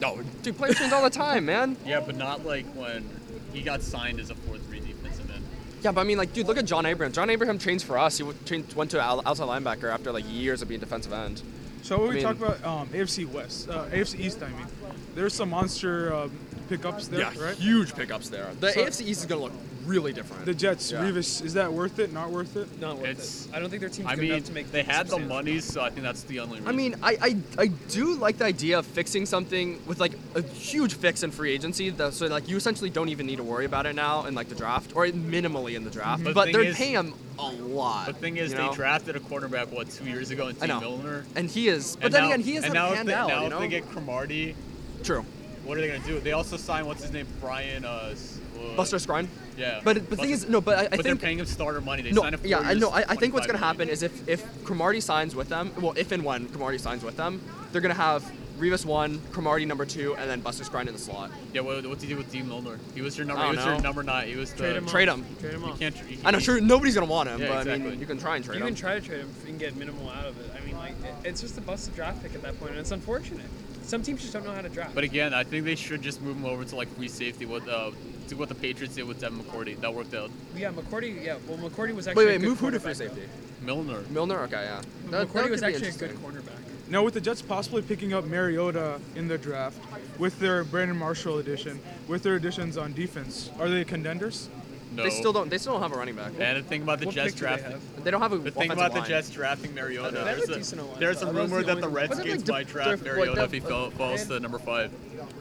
[SPEAKER 1] No, dude, players change all the time, man.
[SPEAKER 4] Yeah, but not like when he got signed as a four-three defensive end.
[SPEAKER 1] Yeah, but I mean, like, dude, look at John Abraham. John Abraham changed for us. He w- changed, went to out- outside linebacker after like years of being defensive end.
[SPEAKER 3] So when
[SPEAKER 1] I
[SPEAKER 3] we
[SPEAKER 1] mean-
[SPEAKER 3] talk about um, AFC West, uh, AFC East, I mean, there's some monster um, pickups there,
[SPEAKER 1] Yeah,
[SPEAKER 3] right?
[SPEAKER 1] huge pickups there. The
[SPEAKER 3] So-
[SPEAKER 1] AFC East is gonna look really different.
[SPEAKER 3] The Jets,
[SPEAKER 1] Yeah.
[SPEAKER 3] Revis, is that worth it? Not worth it?
[SPEAKER 2] Not worth
[SPEAKER 4] It's-
[SPEAKER 2] it. I don't think their team's
[SPEAKER 4] I
[SPEAKER 2] good
[SPEAKER 4] mean,
[SPEAKER 2] enough to make.
[SPEAKER 4] they had the
[SPEAKER 2] substantial-
[SPEAKER 4] money, so I think that's the only reason.
[SPEAKER 1] I mean, I, I I do like the idea of fixing something with like a huge fix in free agency, that, so like you essentially don't even need to worry about it now in like the draft or minimally in the draft.
[SPEAKER 4] But the
[SPEAKER 1] But,
[SPEAKER 4] thing
[SPEAKER 1] they're
[SPEAKER 4] is-
[SPEAKER 1] paying him a lot.
[SPEAKER 4] the thing is,
[SPEAKER 1] you
[SPEAKER 4] they
[SPEAKER 1] know?
[SPEAKER 4] drafted a cornerback what two years ago in
[SPEAKER 1] I
[SPEAKER 4] T.
[SPEAKER 1] know.
[SPEAKER 4] Milner.
[SPEAKER 1] and he is. But
[SPEAKER 4] and
[SPEAKER 1] then
[SPEAKER 4] now-
[SPEAKER 1] again, he
[SPEAKER 4] and
[SPEAKER 1] isn't
[SPEAKER 4] now if
[SPEAKER 1] hand
[SPEAKER 4] they,
[SPEAKER 1] out.
[SPEAKER 4] Now
[SPEAKER 1] you
[SPEAKER 4] if
[SPEAKER 1] know.
[SPEAKER 4] they get Cromartie,
[SPEAKER 1] True.
[SPEAKER 4] what are they gonna do? They also signed what's his name, Brian. Uh, s- uh,
[SPEAKER 1] Buster Scrine.
[SPEAKER 4] Yeah.
[SPEAKER 1] But but the thing
[SPEAKER 4] Buster-
[SPEAKER 1] is, no. But I, I
[SPEAKER 4] but they're
[SPEAKER 1] think
[SPEAKER 4] paying him starter money. They
[SPEAKER 1] No,
[SPEAKER 4] signed him.
[SPEAKER 1] yeah, I know. I, I think what's gonna happen is if if Cromartie signs with them, well, if and when Cromartie signs with them, they're gonna have Revis one, Cromartie number two, and then Buster Scrine in the slot.
[SPEAKER 4] Yeah, what, what's he do with D. Milner? He was your number.
[SPEAKER 1] I don't
[SPEAKER 4] He was your
[SPEAKER 1] know.
[SPEAKER 4] number nine. He was the.
[SPEAKER 2] Trade him.
[SPEAKER 1] Trade
[SPEAKER 2] off.
[SPEAKER 1] him.
[SPEAKER 2] Trade him
[SPEAKER 4] Uh, You
[SPEAKER 2] off.
[SPEAKER 4] can't. tr- you
[SPEAKER 1] I know,
[SPEAKER 4] can't-
[SPEAKER 1] sure, nobody's gonna want him,
[SPEAKER 4] Yeah,
[SPEAKER 1] but I
[SPEAKER 4] exactly.
[SPEAKER 1] mean, you can try and trade
[SPEAKER 2] You
[SPEAKER 1] him.
[SPEAKER 2] can try to trade him and get minimal out of it. I mean, like, it- it's just a busted draft pick at that point, and it's unfortunate. Some teams just don't know how to draft.
[SPEAKER 4] But again, I think they should just move him over to like free safety. What uh, to what the Patriots did with Devin McCourty that worked out.
[SPEAKER 2] yeah, McCourty. Yeah, well, McCourty was actually.
[SPEAKER 1] Wait,
[SPEAKER 2] a
[SPEAKER 1] wait,
[SPEAKER 2] good
[SPEAKER 1] move who to free
[SPEAKER 2] quarterback,
[SPEAKER 1] safety?
[SPEAKER 4] Milner.
[SPEAKER 1] Milner? Okay, yeah.
[SPEAKER 2] though.
[SPEAKER 1] That,
[SPEAKER 2] McCourty
[SPEAKER 1] that
[SPEAKER 2] was
[SPEAKER 1] could be
[SPEAKER 2] actually a good
[SPEAKER 1] interesting.
[SPEAKER 2] cornerback.
[SPEAKER 3] Now with the Jets possibly picking up Mariota in the draft, with their Brandon Marshall addition, with their additions on defense, are they contenders?
[SPEAKER 4] No.
[SPEAKER 1] They still don't. They still don't have a running back.
[SPEAKER 4] And the thing about the
[SPEAKER 2] What
[SPEAKER 4] Jets
[SPEAKER 2] pick do they
[SPEAKER 4] drafting.
[SPEAKER 2] have?
[SPEAKER 1] They don't have a.
[SPEAKER 4] The thing
[SPEAKER 1] offensive
[SPEAKER 4] about the
[SPEAKER 1] line.
[SPEAKER 4] Jets drafting Mariota.
[SPEAKER 2] They have a
[SPEAKER 4] There's a,
[SPEAKER 2] decent O-line.
[SPEAKER 4] there's a
[SPEAKER 2] That was
[SPEAKER 4] rumor
[SPEAKER 2] the
[SPEAKER 4] that
[SPEAKER 2] only
[SPEAKER 4] the
[SPEAKER 2] thing. Wasn't
[SPEAKER 1] it,
[SPEAKER 4] Redskins
[SPEAKER 1] like,
[SPEAKER 4] might
[SPEAKER 1] def-
[SPEAKER 4] draft
[SPEAKER 1] def- what,
[SPEAKER 4] Mariota
[SPEAKER 1] def-
[SPEAKER 4] if he fell, falls to number five.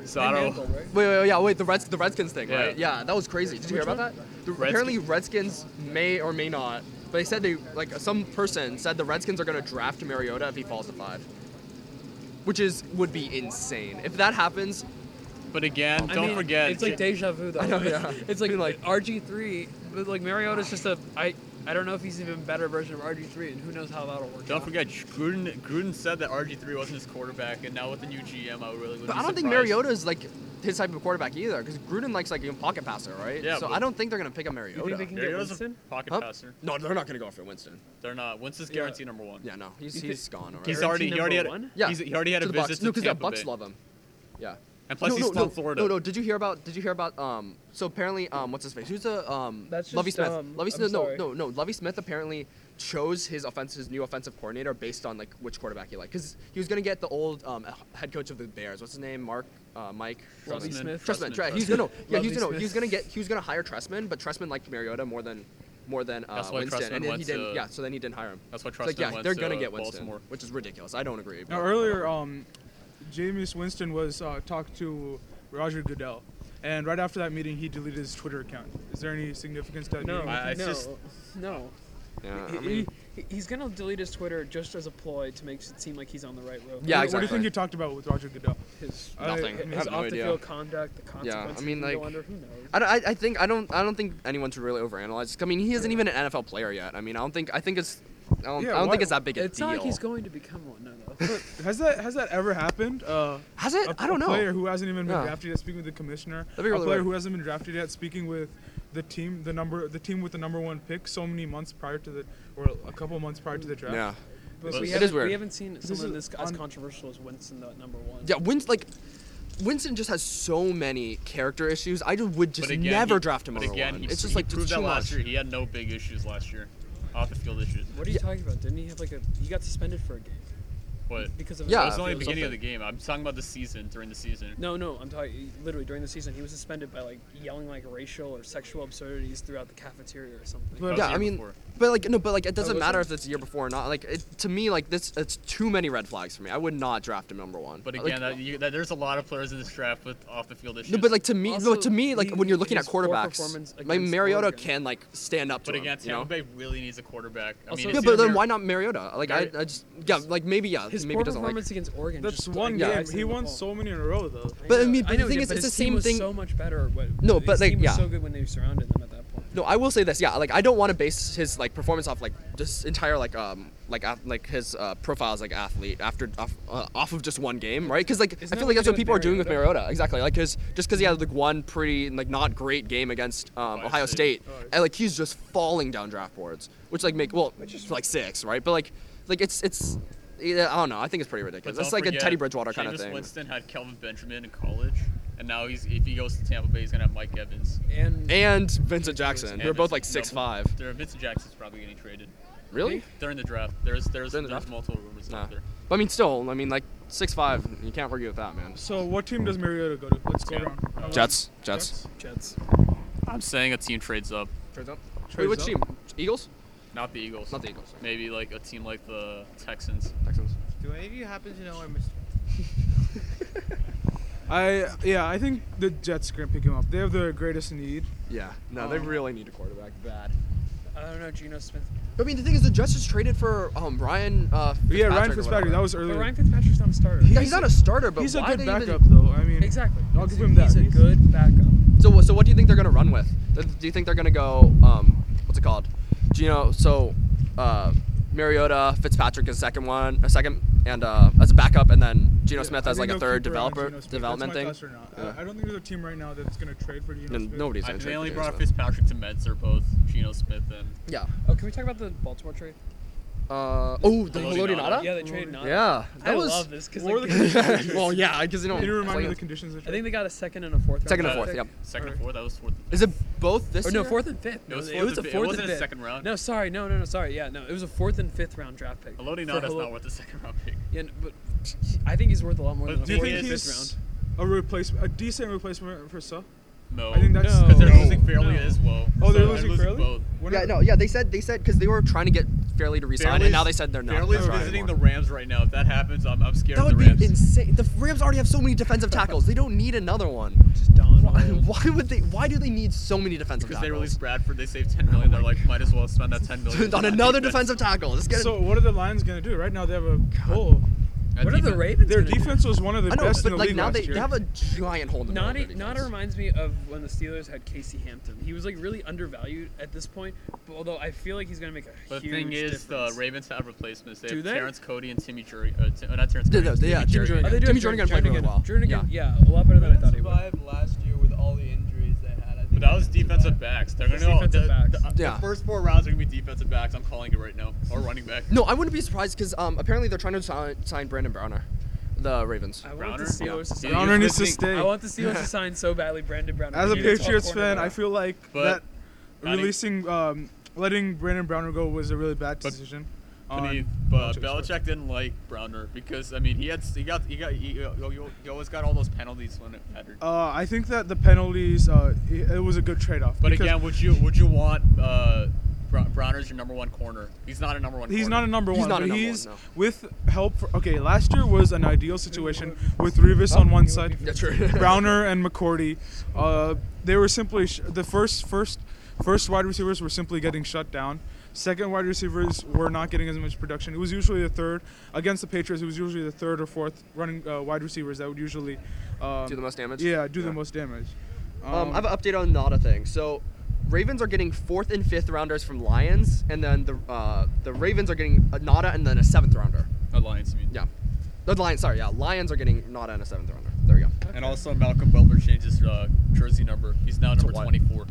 [SPEAKER 4] So I
[SPEAKER 2] And
[SPEAKER 4] don't.
[SPEAKER 2] Mantle, right?
[SPEAKER 1] Wait, wait, wait, yeah, wait. The Reds, the Redskins thing,
[SPEAKER 4] Yeah.
[SPEAKER 1] right? Yeah, that was crazy. Did you hear about that? The,
[SPEAKER 4] Redskins.
[SPEAKER 1] Apparently, Redskins may or may not. But they said they like some person said the Redskins are gonna draft Mariota if he falls to five, which is would be insane. If that happens,
[SPEAKER 4] But again,
[SPEAKER 2] I
[SPEAKER 4] don't
[SPEAKER 2] mean,
[SPEAKER 4] forget.
[SPEAKER 2] It's like deja vu though.
[SPEAKER 1] I know, yeah.
[SPEAKER 2] It's like,
[SPEAKER 1] Be like-
[SPEAKER 2] RG three, but like Mariota's just a I I don't know if he's an even better version of RG three, and who knows how that'll work.
[SPEAKER 4] don't
[SPEAKER 2] out.
[SPEAKER 4] forget, Gruden, Gruden said that RG3 wasn't his quarterback, and now with the new GM, I really would
[SPEAKER 1] but I don't think Mariota is like his type of quarterback either, because Gruden likes like a pocket passer, right?
[SPEAKER 4] Yeah,
[SPEAKER 1] So
[SPEAKER 4] but-
[SPEAKER 1] I don't think they're gonna pick up Mariota.
[SPEAKER 2] You think they can get
[SPEAKER 4] Mariota's a
[SPEAKER 2] Winston?
[SPEAKER 4] pocket
[SPEAKER 1] Huh?
[SPEAKER 4] passer.
[SPEAKER 1] No, they're not gonna go after Winston.
[SPEAKER 4] They're not. Winston's
[SPEAKER 2] Yeah.
[SPEAKER 4] guarantee number one.
[SPEAKER 1] Yeah, no, he's
[SPEAKER 2] You thi-
[SPEAKER 1] he's gone already.
[SPEAKER 4] He's
[SPEAKER 2] Guarantee
[SPEAKER 4] already he already had
[SPEAKER 2] number one?
[SPEAKER 1] yeah,
[SPEAKER 4] he's, he already had
[SPEAKER 1] to
[SPEAKER 4] a
[SPEAKER 1] the Bucks.
[SPEAKER 4] visit
[SPEAKER 1] No,
[SPEAKER 4] to
[SPEAKER 1] the
[SPEAKER 4] Tampa
[SPEAKER 1] Bucks
[SPEAKER 4] Bay.
[SPEAKER 1] love him. Yeah.
[SPEAKER 4] And plus,
[SPEAKER 1] no,
[SPEAKER 4] he's
[SPEAKER 1] no,
[SPEAKER 4] still
[SPEAKER 1] no,
[SPEAKER 4] in Florida.
[SPEAKER 1] No, no. Did you hear about? Did you hear about? Um. So apparently, um. What's his face? Who's the um?
[SPEAKER 2] That's
[SPEAKER 1] Lovey
[SPEAKER 2] just
[SPEAKER 1] Smith.
[SPEAKER 2] dumb.
[SPEAKER 1] Lovey
[SPEAKER 2] I'm
[SPEAKER 1] Smith. No,
[SPEAKER 2] sorry.
[SPEAKER 1] no, no. Lovey Smith apparently chose his offense, his new offensive coordinator, based on like which quarterback he liked, because he was gonna get the old um head coach of the Bears. What's his name? Mark. Uh, Mike.
[SPEAKER 2] Lovey
[SPEAKER 4] Trustman.
[SPEAKER 2] Smith.
[SPEAKER 1] Trustman.
[SPEAKER 4] Trustman,
[SPEAKER 1] Tre- He's gonna. Yeah,
[SPEAKER 2] Lovey
[SPEAKER 1] he's gonna.
[SPEAKER 2] Smith.
[SPEAKER 1] He was gonna get. He was gonna hire Trustman, but Trustman liked Mariota more than, more than uh,
[SPEAKER 4] That's why
[SPEAKER 1] Winston,
[SPEAKER 4] Trustman
[SPEAKER 1] and then he
[SPEAKER 4] went
[SPEAKER 1] didn't.
[SPEAKER 4] to-
[SPEAKER 1] yeah, so then he didn't hire him.
[SPEAKER 4] That's why
[SPEAKER 1] It's like
[SPEAKER 4] Trustman
[SPEAKER 1] yeah,
[SPEAKER 4] went
[SPEAKER 1] they're
[SPEAKER 4] to
[SPEAKER 1] gonna get Winston,
[SPEAKER 4] Baltimore.
[SPEAKER 1] which is ridiculous. I don't agree.
[SPEAKER 3] Now
[SPEAKER 1] but-
[SPEAKER 3] earlier, um, Jameis Winston was uh, talked to Roger Goodell, and right after that meeting, he deleted his Twitter account. Is there any significance to that?
[SPEAKER 2] No,
[SPEAKER 3] meeting?
[SPEAKER 4] I- it's
[SPEAKER 2] no,
[SPEAKER 4] just-
[SPEAKER 2] no.
[SPEAKER 1] Yeah, Uh,
[SPEAKER 2] He-
[SPEAKER 1] I mean-
[SPEAKER 2] he, he's gonna delete his Twitter just as a ploy to make it seem like he's on the right
[SPEAKER 1] Yeah,
[SPEAKER 2] road.
[SPEAKER 3] What- What do
[SPEAKER 1] exactly.
[SPEAKER 3] you think you talked about with Roger Goodell?
[SPEAKER 2] His,
[SPEAKER 1] Nothing.
[SPEAKER 3] I,
[SPEAKER 1] I
[SPEAKER 2] his
[SPEAKER 1] have
[SPEAKER 2] off
[SPEAKER 1] no
[SPEAKER 2] the
[SPEAKER 1] idea.
[SPEAKER 2] field conduct, the consequences.
[SPEAKER 1] I mean,
[SPEAKER 2] he can go
[SPEAKER 1] like-
[SPEAKER 2] under, who knows?
[SPEAKER 1] I, don't- I, I think I don't I don't think anyone should really overanalyze. I mean, he isn't even an NFL player yet. I mean, I don't think I think it's I don't,
[SPEAKER 3] Yeah,
[SPEAKER 1] I don't
[SPEAKER 3] why-
[SPEAKER 1] think it's that big a
[SPEAKER 2] It's
[SPEAKER 1] deal.
[SPEAKER 2] not like he's going to become one. No, no.
[SPEAKER 3] But has that has that ever happened? Uh,
[SPEAKER 1] Has it?
[SPEAKER 3] I
[SPEAKER 1] I don't know.
[SPEAKER 3] player who hasn't even been
[SPEAKER 1] Yeah.
[SPEAKER 3] drafted yet speaking with the commissioner.
[SPEAKER 1] That'd be really
[SPEAKER 3] a player
[SPEAKER 1] weird.
[SPEAKER 3] who hasn't been drafted yet speaking with the team, the number, the team with the number one pick, so many months prior to the, or a couple months prior to the draft.
[SPEAKER 1] yeah.
[SPEAKER 2] But
[SPEAKER 4] This
[SPEAKER 2] we
[SPEAKER 4] is-
[SPEAKER 1] It is
[SPEAKER 2] haven't,
[SPEAKER 1] weird.
[SPEAKER 2] we haven't seen
[SPEAKER 3] This
[SPEAKER 2] someone
[SPEAKER 3] is
[SPEAKER 2] this as
[SPEAKER 3] un-
[SPEAKER 2] controversial as Winston, though, at number one.
[SPEAKER 1] Yeah, Winston like Winston just has so many character issues. I just would just
[SPEAKER 4] but again,
[SPEAKER 1] never
[SPEAKER 4] he,
[SPEAKER 1] draft him
[SPEAKER 4] but
[SPEAKER 1] over
[SPEAKER 4] again,
[SPEAKER 1] one.
[SPEAKER 4] He,
[SPEAKER 1] it's
[SPEAKER 4] he
[SPEAKER 1] just like just
[SPEAKER 4] proved that
[SPEAKER 1] too much.
[SPEAKER 4] last year. He had no big issues last year, off the field issues.
[SPEAKER 2] What are you talking about? Didn't he have like a? He got suspended for a game
[SPEAKER 4] But
[SPEAKER 2] because of.
[SPEAKER 1] Yeah,
[SPEAKER 4] It was
[SPEAKER 1] Uh,
[SPEAKER 4] only the
[SPEAKER 1] it was
[SPEAKER 4] beginning of the
[SPEAKER 1] something.
[SPEAKER 4] game. I'm talking about the season during the season.
[SPEAKER 2] No, no. I'm talking literally during the season. He was suspended by like yelling like racial or sexual absurdities throughout the cafeteria or something.
[SPEAKER 3] But-
[SPEAKER 1] Yeah,
[SPEAKER 4] the
[SPEAKER 1] I
[SPEAKER 4] year
[SPEAKER 1] mean,
[SPEAKER 4] before.
[SPEAKER 1] but like no, but like it doesn't
[SPEAKER 2] was
[SPEAKER 1] matter
[SPEAKER 2] it?
[SPEAKER 1] if it's the year before or not. Like it, to me, like this, it's too many red flags for me. I would not draft him number one.
[SPEAKER 4] But
[SPEAKER 1] Like,
[SPEAKER 4] again, that, you, that, there's a lot of players in this draft with off the field issues.
[SPEAKER 1] No, but like to me, no,
[SPEAKER 2] Also,
[SPEAKER 1] to me, like when you're looking at
[SPEAKER 2] his poor
[SPEAKER 1] quarterbacks,
[SPEAKER 2] performance
[SPEAKER 1] like
[SPEAKER 2] against
[SPEAKER 1] Mariota
[SPEAKER 2] Oregon.
[SPEAKER 1] can like stand up to
[SPEAKER 4] but
[SPEAKER 1] him.
[SPEAKER 4] again,
[SPEAKER 1] you know?
[SPEAKER 4] Tampa Bay really needs a quarterback. I
[SPEAKER 2] Also-
[SPEAKER 4] mean,
[SPEAKER 1] Yeah,
[SPEAKER 4] it's
[SPEAKER 1] but
[SPEAKER 4] either
[SPEAKER 1] then
[SPEAKER 4] Mar-
[SPEAKER 1] why not Mariota? Like I,
[SPEAKER 4] Mari-
[SPEAKER 1] I just yeah, like maybe yeah,
[SPEAKER 2] his
[SPEAKER 1] maybe
[SPEAKER 2] poor
[SPEAKER 1] he doesn't like.
[SPEAKER 2] performance against Oregon.
[SPEAKER 3] That's
[SPEAKER 2] just,
[SPEAKER 3] one
[SPEAKER 2] like,
[SPEAKER 1] yeah.
[SPEAKER 3] game.
[SPEAKER 2] guys
[SPEAKER 3] He
[SPEAKER 2] in the
[SPEAKER 3] won
[SPEAKER 2] ball.
[SPEAKER 3] so many in a row though.
[SPEAKER 1] But I mean, but
[SPEAKER 2] I
[SPEAKER 1] the
[SPEAKER 2] know,
[SPEAKER 1] thing
[SPEAKER 2] yeah,
[SPEAKER 1] is,
[SPEAKER 2] but
[SPEAKER 1] it's
[SPEAKER 2] his
[SPEAKER 1] the
[SPEAKER 2] team
[SPEAKER 1] same
[SPEAKER 2] was
[SPEAKER 1] thing-
[SPEAKER 2] So much better. What,
[SPEAKER 1] No,
[SPEAKER 2] his
[SPEAKER 1] but, like,
[SPEAKER 2] team was
[SPEAKER 1] yeah.
[SPEAKER 2] so good when they surrounded them at that point.
[SPEAKER 1] No, I will say this. Yeah, like I don't want to base his like performance off like this entire like um like ath- like his uh, profile as like athlete after off, uh, off of just one game, right? Because like
[SPEAKER 2] Isn't
[SPEAKER 1] I
[SPEAKER 2] that
[SPEAKER 1] feel
[SPEAKER 2] what
[SPEAKER 1] like
[SPEAKER 2] he
[SPEAKER 1] that's
[SPEAKER 2] did
[SPEAKER 1] what
[SPEAKER 2] with
[SPEAKER 1] people are doing with
[SPEAKER 2] Mariota?
[SPEAKER 1] Mariota. Exactly. Like his just because he had like one pretty like not great game against um,
[SPEAKER 4] Ohio
[SPEAKER 1] Ohio State,
[SPEAKER 4] State.
[SPEAKER 1] and like he's just falling down draft boards, which like make well to, like six, right? But like like it's it's. Yeah, I don't know. I think it's pretty
[SPEAKER 4] but
[SPEAKER 1] ridiculous.
[SPEAKER 4] don't
[SPEAKER 1] It's like a
[SPEAKER 4] forget,
[SPEAKER 1] Teddy Bridgewater kind of
[SPEAKER 4] Jameis
[SPEAKER 1] thing.
[SPEAKER 4] Winston had Kelvin Benjamin in college, and now he's if he goes to Tampa Bay, he's gonna have Mike Evans.
[SPEAKER 2] And,
[SPEAKER 1] and Vincent Jackson.
[SPEAKER 4] And
[SPEAKER 1] They're both like
[SPEAKER 4] there's- no,
[SPEAKER 1] six five.
[SPEAKER 4] There, Vincent Jackson's probably getting traded
[SPEAKER 1] Really?
[SPEAKER 4] during the draft. There's there's,
[SPEAKER 1] During the
[SPEAKER 4] there's
[SPEAKER 1] draft?
[SPEAKER 4] multiple rumors
[SPEAKER 1] Nah.
[SPEAKER 4] out there.
[SPEAKER 1] But I mean, still, I mean, like six five. You can't argue with that, man.
[SPEAKER 3] So what team does Mariota go to? Let's go
[SPEAKER 4] Yeah.
[SPEAKER 3] around. Uh,
[SPEAKER 1] Jets, Jets.
[SPEAKER 2] Jets.
[SPEAKER 4] I'm saying a team trades up,
[SPEAKER 1] Wait, which
[SPEAKER 3] Trades
[SPEAKER 1] team?
[SPEAKER 3] up.
[SPEAKER 1] Eagles?
[SPEAKER 4] not the Eagles.
[SPEAKER 1] Not the Eagles.
[SPEAKER 4] Maybe like a team like the Texans.
[SPEAKER 1] Texans.
[SPEAKER 7] Do any of you happen to know where Mr.
[SPEAKER 3] I yeah, I think the Jets are gonna pick him up. They have the greatest need.
[SPEAKER 1] Yeah. No, they
[SPEAKER 3] Um,
[SPEAKER 1] really need a quarterback bad.
[SPEAKER 2] I don't know. Geno Smith.
[SPEAKER 1] I mean, the thing is, the Jets just traded for um Ryan. Uh,
[SPEAKER 3] Yeah, Ryan
[SPEAKER 1] or
[SPEAKER 3] Fitzpatrick. That
[SPEAKER 1] whatever.
[SPEAKER 3] was
[SPEAKER 2] But
[SPEAKER 3] earlier.
[SPEAKER 2] Ryan Fitzpatrick's not a starter.
[SPEAKER 1] Yeah, he's not a starter, but
[SPEAKER 3] He's a
[SPEAKER 1] why
[SPEAKER 3] good
[SPEAKER 1] did they
[SPEAKER 3] backup
[SPEAKER 1] even?
[SPEAKER 3] though. I mean,
[SPEAKER 2] Exactly.
[SPEAKER 3] I'll
[SPEAKER 2] He's
[SPEAKER 3] give
[SPEAKER 2] a-
[SPEAKER 3] him that.
[SPEAKER 2] He's a
[SPEAKER 3] He's-
[SPEAKER 2] good backup.
[SPEAKER 1] So, so what do you think they're gonna run with? Uh, Do you think they're gonna go um, what's it called? Gino. So, uh, Mariota, Fitzpatrick is second one, a second, and uh, as a backup, and then Geno Smith
[SPEAKER 3] I
[SPEAKER 1] as
[SPEAKER 3] think
[SPEAKER 1] like a
[SPEAKER 3] they'll
[SPEAKER 1] third
[SPEAKER 3] keep around
[SPEAKER 1] developer
[SPEAKER 3] Geno Smith.
[SPEAKER 1] development
[SPEAKER 3] That's
[SPEAKER 1] thing.
[SPEAKER 3] my thoughts right now.
[SPEAKER 1] Yeah.
[SPEAKER 3] I, I don't think there's a team right now that's gonna trade for Geno
[SPEAKER 1] And
[SPEAKER 3] Smith.
[SPEAKER 1] nobody's
[SPEAKER 4] I,
[SPEAKER 1] gonna
[SPEAKER 4] they
[SPEAKER 1] trade
[SPEAKER 4] only
[SPEAKER 1] Geno
[SPEAKER 4] brought
[SPEAKER 1] Smith.
[SPEAKER 4] Fitzpatrick to Mets. They're both Geno Smith and
[SPEAKER 1] Yeah.
[SPEAKER 2] Oh, can we talk about the Baltimore trade?
[SPEAKER 1] Uh, oh, the
[SPEAKER 4] Melody
[SPEAKER 1] Melody
[SPEAKER 4] Nada?
[SPEAKER 1] Nada?
[SPEAKER 2] Yeah, they traded Nada.
[SPEAKER 1] Yeah, that
[SPEAKER 2] I
[SPEAKER 1] was.
[SPEAKER 2] love this because
[SPEAKER 4] War of
[SPEAKER 2] like,
[SPEAKER 4] the
[SPEAKER 2] I
[SPEAKER 1] well, yeah, because you know.
[SPEAKER 3] Can you
[SPEAKER 1] it's
[SPEAKER 3] remind
[SPEAKER 1] like
[SPEAKER 3] me of the
[SPEAKER 1] a-
[SPEAKER 3] conditions? of the
[SPEAKER 2] think they got a second and a fourth.
[SPEAKER 1] Second and
[SPEAKER 2] round
[SPEAKER 1] fourth,
[SPEAKER 2] pick.
[SPEAKER 1] yep.
[SPEAKER 4] Second
[SPEAKER 2] Or-
[SPEAKER 4] and fourth. That was fourth. and
[SPEAKER 1] Is it both this
[SPEAKER 2] Or no,
[SPEAKER 1] year?
[SPEAKER 2] fourth and fifth.
[SPEAKER 4] It was
[SPEAKER 2] No,
[SPEAKER 4] fourth and
[SPEAKER 2] a
[SPEAKER 4] fifth. It
[SPEAKER 2] fourth
[SPEAKER 4] wasn't
[SPEAKER 2] and
[SPEAKER 4] a
[SPEAKER 2] fith.
[SPEAKER 4] second round.
[SPEAKER 2] No, sorry, no, no, no, sorry. Yeah, no, it was a fourth and fifth round draft pick.
[SPEAKER 4] fifth. Elodie
[SPEAKER 2] For
[SPEAKER 4] Nada's
[SPEAKER 2] Holo-
[SPEAKER 4] not worth the second round pick.
[SPEAKER 2] Yeah, no, but I think he's worth a lot more
[SPEAKER 4] But
[SPEAKER 2] than a
[SPEAKER 4] do
[SPEAKER 3] Do
[SPEAKER 4] you
[SPEAKER 3] you
[SPEAKER 2] fourth and
[SPEAKER 4] think
[SPEAKER 3] think
[SPEAKER 4] Forty
[SPEAKER 2] fifth
[SPEAKER 3] he's
[SPEAKER 2] round.
[SPEAKER 3] a replacement, a decent replacement for Oh, Suh?
[SPEAKER 4] No.
[SPEAKER 3] I think that's
[SPEAKER 2] No. 'Cause
[SPEAKER 4] they're
[SPEAKER 2] No.
[SPEAKER 4] losing fairly
[SPEAKER 3] No.
[SPEAKER 4] as well.
[SPEAKER 3] Oh, they're
[SPEAKER 4] So
[SPEAKER 3] losing Fairley?
[SPEAKER 4] both.
[SPEAKER 3] When
[SPEAKER 1] Yeah,
[SPEAKER 3] are-
[SPEAKER 1] no, yeah. They said they said because they were trying to get Fairley to resign, and now they
[SPEAKER 4] Fairley's-
[SPEAKER 1] said they're not.
[SPEAKER 4] Fairley's
[SPEAKER 1] gonna try
[SPEAKER 4] visiting the
[SPEAKER 1] anymore.
[SPEAKER 4] Rams right now. If that happens, I'm, I'm scared
[SPEAKER 1] That
[SPEAKER 4] of the
[SPEAKER 1] would be
[SPEAKER 4] Rams.
[SPEAKER 1] insane. The Rams already have so many defensive tackles. They don't need another one.
[SPEAKER 2] Just Don
[SPEAKER 1] Why,
[SPEAKER 2] Wild.
[SPEAKER 1] why would they? Why do they need so many defensive
[SPEAKER 4] Because they
[SPEAKER 1] tackles?
[SPEAKER 4] released Bradford, they saved 10 million. They're like, might as well spend that 10 million
[SPEAKER 1] on
[SPEAKER 4] that
[SPEAKER 1] another
[SPEAKER 4] defense.
[SPEAKER 1] defensive tackle. Let's get it.
[SPEAKER 3] So what are the Lions gonna do? Right now they have a hole.
[SPEAKER 4] That
[SPEAKER 2] What are the
[SPEAKER 4] defense-
[SPEAKER 2] Ravens?
[SPEAKER 3] Their
[SPEAKER 2] gonna do?
[SPEAKER 3] defense was one of the
[SPEAKER 1] I know,
[SPEAKER 3] best in
[SPEAKER 1] but
[SPEAKER 3] the
[SPEAKER 1] like
[SPEAKER 3] league
[SPEAKER 1] now
[SPEAKER 3] last
[SPEAKER 1] they,
[SPEAKER 3] year.
[SPEAKER 1] they have a giant hole in the middle of
[SPEAKER 2] Nada,
[SPEAKER 1] their
[SPEAKER 2] Nada
[SPEAKER 1] defense.
[SPEAKER 2] reminds me of when the Steelers had Casey Hampton. He was like really undervalued at this point, but although I feel like he's gonna make a
[SPEAKER 4] But the
[SPEAKER 2] huge
[SPEAKER 4] thing is,
[SPEAKER 2] difference.
[SPEAKER 4] the Ravens have replacements. They
[SPEAKER 2] Do
[SPEAKER 4] have
[SPEAKER 2] they?
[SPEAKER 4] Terrence Cody and Timmy Jurigan. Uh, Ti- uh, not Terrence
[SPEAKER 1] Yeah,
[SPEAKER 4] Cody.
[SPEAKER 1] no, yeah, Timmy
[SPEAKER 4] Jurigan.
[SPEAKER 1] Jurigan.
[SPEAKER 2] oh, they do
[SPEAKER 1] Timmy
[SPEAKER 2] have
[SPEAKER 1] Jernigan played really well.
[SPEAKER 2] Jernigan,
[SPEAKER 1] Yeah.
[SPEAKER 2] yeah. a lot better than I thought he would.
[SPEAKER 8] survived last year with all the injuries they had. I think
[SPEAKER 4] But that was
[SPEAKER 8] they
[SPEAKER 4] defensive
[SPEAKER 8] survived.
[SPEAKER 4] backs. They're gonna
[SPEAKER 2] It's
[SPEAKER 4] know
[SPEAKER 2] defensive
[SPEAKER 4] the,
[SPEAKER 2] backs.
[SPEAKER 4] The, the
[SPEAKER 1] Yeah.
[SPEAKER 4] first four rounds are gonna be defensive backs. I'm calling it right now, or running back.
[SPEAKER 1] No, I wouldn't be surprised because um, apparently they're trying to sign, sign Brandon Browner, the Ravens.
[SPEAKER 2] I want the
[SPEAKER 4] Browner.
[SPEAKER 2] Steelers to
[SPEAKER 4] Yeah.
[SPEAKER 2] sign.
[SPEAKER 3] Browner needs to
[SPEAKER 4] Think-
[SPEAKER 3] stay.
[SPEAKER 2] I want the Steelers to sign so badly Brandon Brown.
[SPEAKER 3] As a
[SPEAKER 2] We need top
[SPEAKER 3] Patriots fan,
[SPEAKER 2] cornerback.
[SPEAKER 3] I feel like
[SPEAKER 4] But-
[SPEAKER 3] that
[SPEAKER 4] Not e-
[SPEAKER 3] releasing, um, letting Brandon Browner go was a really bad
[SPEAKER 4] But-
[SPEAKER 3] decision.
[SPEAKER 4] Beneath,
[SPEAKER 3] on
[SPEAKER 4] but
[SPEAKER 3] Belichick's part.
[SPEAKER 4] Belichick didn't like Browner because I mean he had he got he got he, he- he always got all those penalties when it mattered.
[SPEAKER 3] Uh, I think that the penalties, uh, it, it was a good trade-off.
[SPEAKER 4] But
[SPEAKER 3] because
[SPEAKER 4] again, would you would you want uh, Br- Browner's your number one corner? He's not a number one.
[SPEAKER 3] He's
[SPEAKER 4] corner.
[SPEAKER 3] not a number
[SPEAKER 1] He's
[SPEAKER 3] one.
[SPEAKER 1] not a
[SPEAKER 3] but
[SPEAKER 1] number
[SPEAKER 3] he's
[SPEAKER 1] one, no.
[SPEAKER 3] with help. For, okay, last year was an ideal situation with Revis on one side,
[SPEAKER 1] That's true.
[SPEAKER 3] Browner and McCourty. Uh, they were simply sh- the first first first wide receivers were simply getting shut down. Second wide receivers were not getting as much production. It was usually the third against the Patriots. It was usually the third or fourth running uh, wide receivers that would usually um,
[SPEAKER 1] Do the most damage?
[SPEAKER 3] Yeah, do
[SPEAKER 1] Yeah.
[SPEAKER 3] the most damage.
[SPEAKER 1] Um, I have an update on Nada thing. So, Ravens are getting fourth and fifth rounders from Lions, and then the uh, the Ravens are getting a Nada and then a seventh rounder.
[SPEAKER 4] a Lions. I mean.
[SPEAKER 1] Yeah, the Lions. Sorry, yeah, Lions are getting Nada and a seventh rounder. There we go.
[SPEAKER 4] And also Malcolm Butler changed his uh, jersey number. He's now number
[SPEAKER 1] what?
[SPEAKER 4] 24,